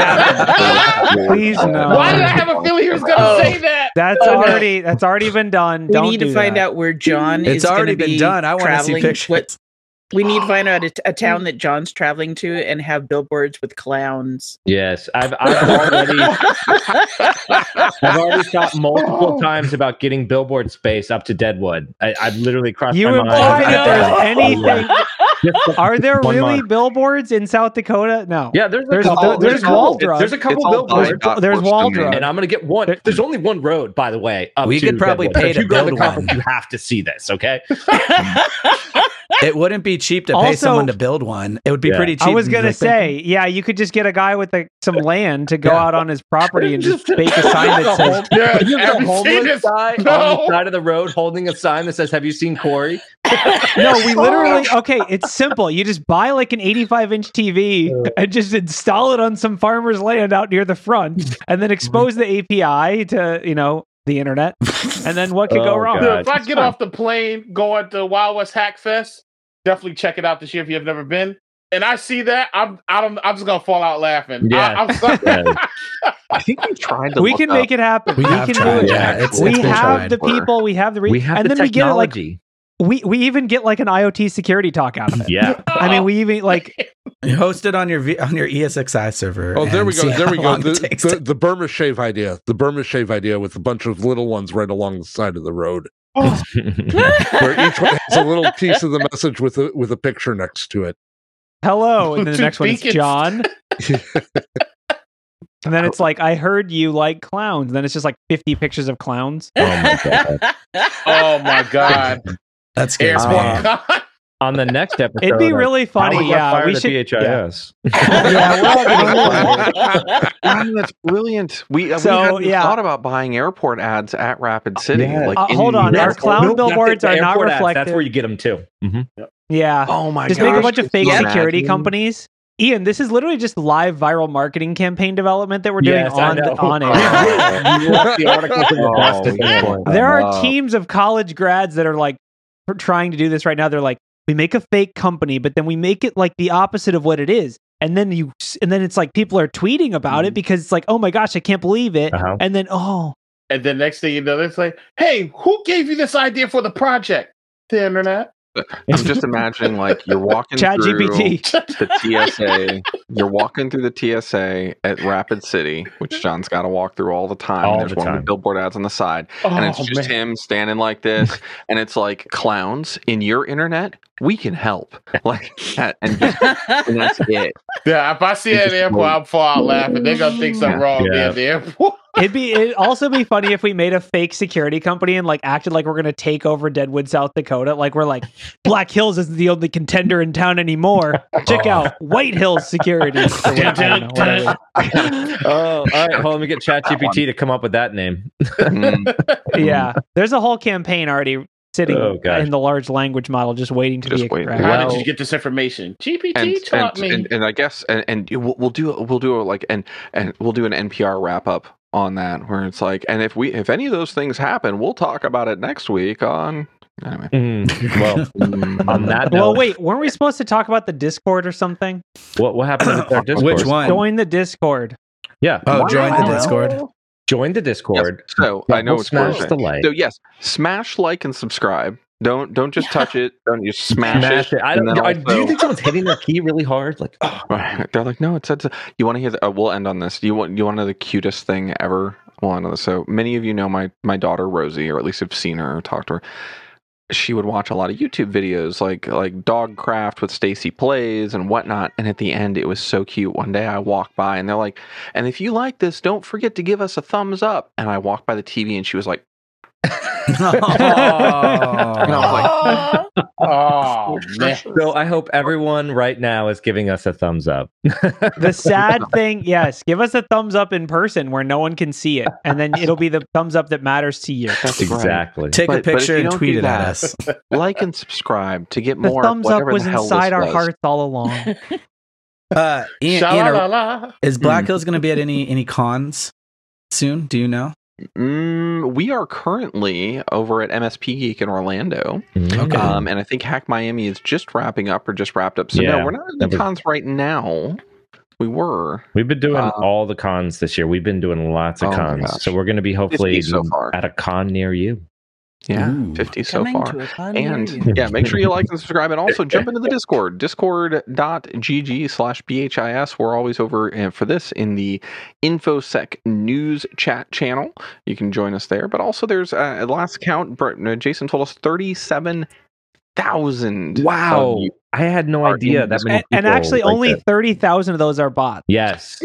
happened. Please no. Why did I have a feeling he was going to Oh. say that? That's Oh, no. already that's already been done. we Don't need to do find that. out where John is. it's gonna already been be done. I want to see traveling. pictures. What, we need to find out a, t- a town that John's traveling to and have billboards with clowns. yes, I've, I've already [laughs] I've already thought Oh. multiple times about getting billboard space up to Deadwood. I, I've literally crossed You my imply mind. that there's anything. [laughs] Just- Are there One really month. billboards in South Dakota? No. yeah, there's a There's- couple, there's a couple- Waldrop. There's a It's couple all billboards, by there's Dot Horse domain. Waldrop. and I'm gonna get one. There's only one road, by the way. Up We to could probably Deadwood. So pay if to you go to [laughs] build the conference, one. You have to see this, okay? It wouldn't be cheap to pay Also- someone to build one. It would be Yeah. pretty cheap. I was and gonna like, [laughs] say, yeah, you could just get a guy with like some land to go Yeah. out on his property and [laughs] just fake a sign that says, Yeah, You have a every scene homeless is- guy on No. the side of the road holding a sign that says, "Have you seen Corey?" "No, we literally." Okay, it's simple. You just buy like an 85 inch TV and just install it on some farmer's land out near the front, and then expose the API to you know the internet, and then what could go Oh, wrong? God. if I it's get fun. off the plane going to Wild West Hack Fest, definitely check it out this year if you have never been. And I see that, I'm I don't I'm just gonna fall out laughing. Yeah. I, am sorry. [laughs] Yeah. I think we tried to. We look can up- make it happen. We We, have can tried, do it. yeah, Jack. it's- we it's been have tried. the people. We have the re- We have and the then we get it like [laughs] technology. we we even get like an IoT security talk out of it. yeah, [laughs] I mean, we Oh. even like You host it on your v- on your E ESXi server. Oh, there and we go. see There how we go. long The, it takes the, to- the Burma shave idea. The Burma shave idea with a bunch of little ones right along the side of the road, where each [laughs] one has a [laughs] little piece of the message with a with a picture next to it. hello, and then the next one is Beacons. John. And then it's like, I heard you like clowns. And then it's just like 50 pictures of clowns. [laughs] [laughs] Oh my [laughs] god. that scares me. Uh, [laughs] Airport Con. on the next episode, It'd be really How we funny. got Yeah, fired we at should. Yeah. VHIS. Ah, that's brilliant. We, uh, So, we hadn't yeah. thought about buying airport ads at Rapid City. yeah. Like, Uh, in hold on, the our airport. clown Nope, billboards nothing. are not Mm-hmm. Airport ads, That's reflective. where you get them too. Mhm. yeah. Oh my Just gosh! make a bunch of fake Imagine. security companies. Ian, this is literally just live viral marketing campaign development that we're doing Yes, I on, know. [laughs] on air. You left [laughs] the articles in the Oh, dust at yeah. this point. There Wow. are teams of college grads that are like tr- trying to do this right now. They're like, we make a fake company, but then we make it like the opposite of what it is. And then you, s- and then it's like people are tweeting about it because it's like, oh my gosh, I can't believe it. Uh-huh. And then, oh, [laughs] And then next thing you know, it's like, hey, who gave you this idea for the project? The internet. I'm just imagining like you're walking Chat through GPT. the TSA. You're walking through the TSA at Rapid City, which John's got to walk through all the time. All and there's the one of time. the billboard ads on the side, Oh, and it's just him standing like [laughs] this, and it's like clowns in your internet. We can help. [laughs] Like that, and, just, and that's it. Yeah, if I see that It's at the airport, just- I'm far out laughing. They're gonna think something Yeah. wrong Yeah. there at the airport. [laughs] [laughs] It'd be it'd also be funny if we made a fake security company and like acted like we're gonna take over Deadwood, South Dakota. Like we're like Black Hills isn't the only contender in town anymore. Check [laughs] out White Hills Security. or whatever, I don't know, whatever. [laughs] oh, all right. Hold on, [laughs] let me get ChatGPT to come up with that name. [laughs] Mm, yeah, [laughs] there's a whole campaign already sitting Oh, gosh. in the large language model, just waiting to Just be waiting. extracted. How Well- did you get this information? GPT and, taught and, me. and, and I guess and, and you- we'll, we'll do we'll do a, like and and we'll do an NPR wrap up on that where it's like and if we if any of those things happen we'll talk about it next week on anyway [laughs] Mm, well, Mm. on that note, Well, wait, weren't we supposed to talk about the Discord or something? What what happened with our Discord? [coughs] [clears throat] Which one? Join the Discord. Yeah, oh, join Wow. the [laughs] Discord. join the Yes, Discord. so I know Double it's smash Thursday. the like. So yes, smash like and subscribe. Don't don't just touch it. Don't [laughs] just smash, Smash it. I and don't. then I- do you also- think someone's hitting their key really [laughs] hard? Like, [laughs] They're like, no, it said. You want to hear? The, uh, we'll end on this. You want you want to know the cutest thing ever? We'll end on this. So many of you know my my daughter Rosie, or at least have seen her or talked to her. She would watch a lot of YouTube videos, like like dog craft with Stacy plays and whatnot. And at the end, it was so cute. One day, I walked by and they're like, "And if you like this, don't forget to give us a thumbs up." And I walked by the TV and she was like, and I was like, oh [laughs] man. so I hope everyone right now is giving us a thumbs up. [laughs] The sad thing, yes, give us a thumbs up in person where no one can see it, and then it'll be the thumbs up that matters to you. That's right. exactly. Take But- a but if picture you and don't tweet do it at that- us. like and subscribe to get The more. of thumbs up whatever the was hell this inside our was. hearts all along. Uh, Ian, Ian, are- Sha-la-la-la. is Hmm. Black Hills going to be at any any cons soon? Do you know? Mm, we are currently over at MSP Geek in Orlando, Mm-hmm. Okay. um, and I think Hack Miami is just wrapping up or just wrapped up. So Yeah. no, we're not in the Number- cons right now. We were. We've been doing Uh, all the cons this year. We've been doing lots of Oh my cons. gosh. So we're going to be hopefully 50 so far. at a con near you. Yeah, Ooh. fifty so far. And you. yeah, make sure you like and subscribe, and also jump into the Discord, discord.gg slash bhis. We're always over uh, for this in the InfoSec news chat channel. You can join us there, but also there's uh, at last count. Br- uh, Jason told us thirty-seven thousand. Wow. Um, I had no Are idea in that this- many And, and people actually, like only that. thirty thousand of those are bots. Yes.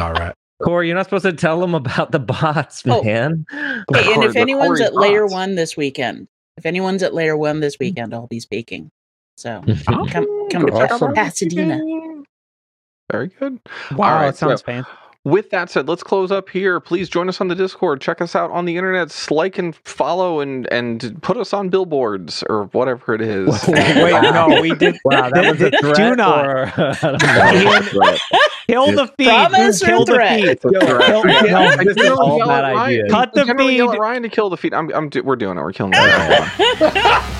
All right. Corey, you're not supposed to tell them about the bots, Oh. man. [laughs] Hey, and Record- if anyone's recording at layer bots. one this weekend, If anyone's at Layer One this weekend, I'll be speaking. So come, come to Awesome. Pasadena. Very good. Wow, right, it sounds so- fancy. With that said, let's close up here. Please join us on the Discord. Check us out on the internet. Like and follow and and put us on billboards or whatever it is. [laughs] Wait, no, we did. Wow, [laughs] that was a [laughs] threat. Do not Or, kill the feed. Promise or kill the threat? feed. Yo, Kill- no, this is all bad ideas. Cut the Generally yell at feed. [laughs] Ryan to kill the feed. I'm, I'm do- we're doing it. We're killing it.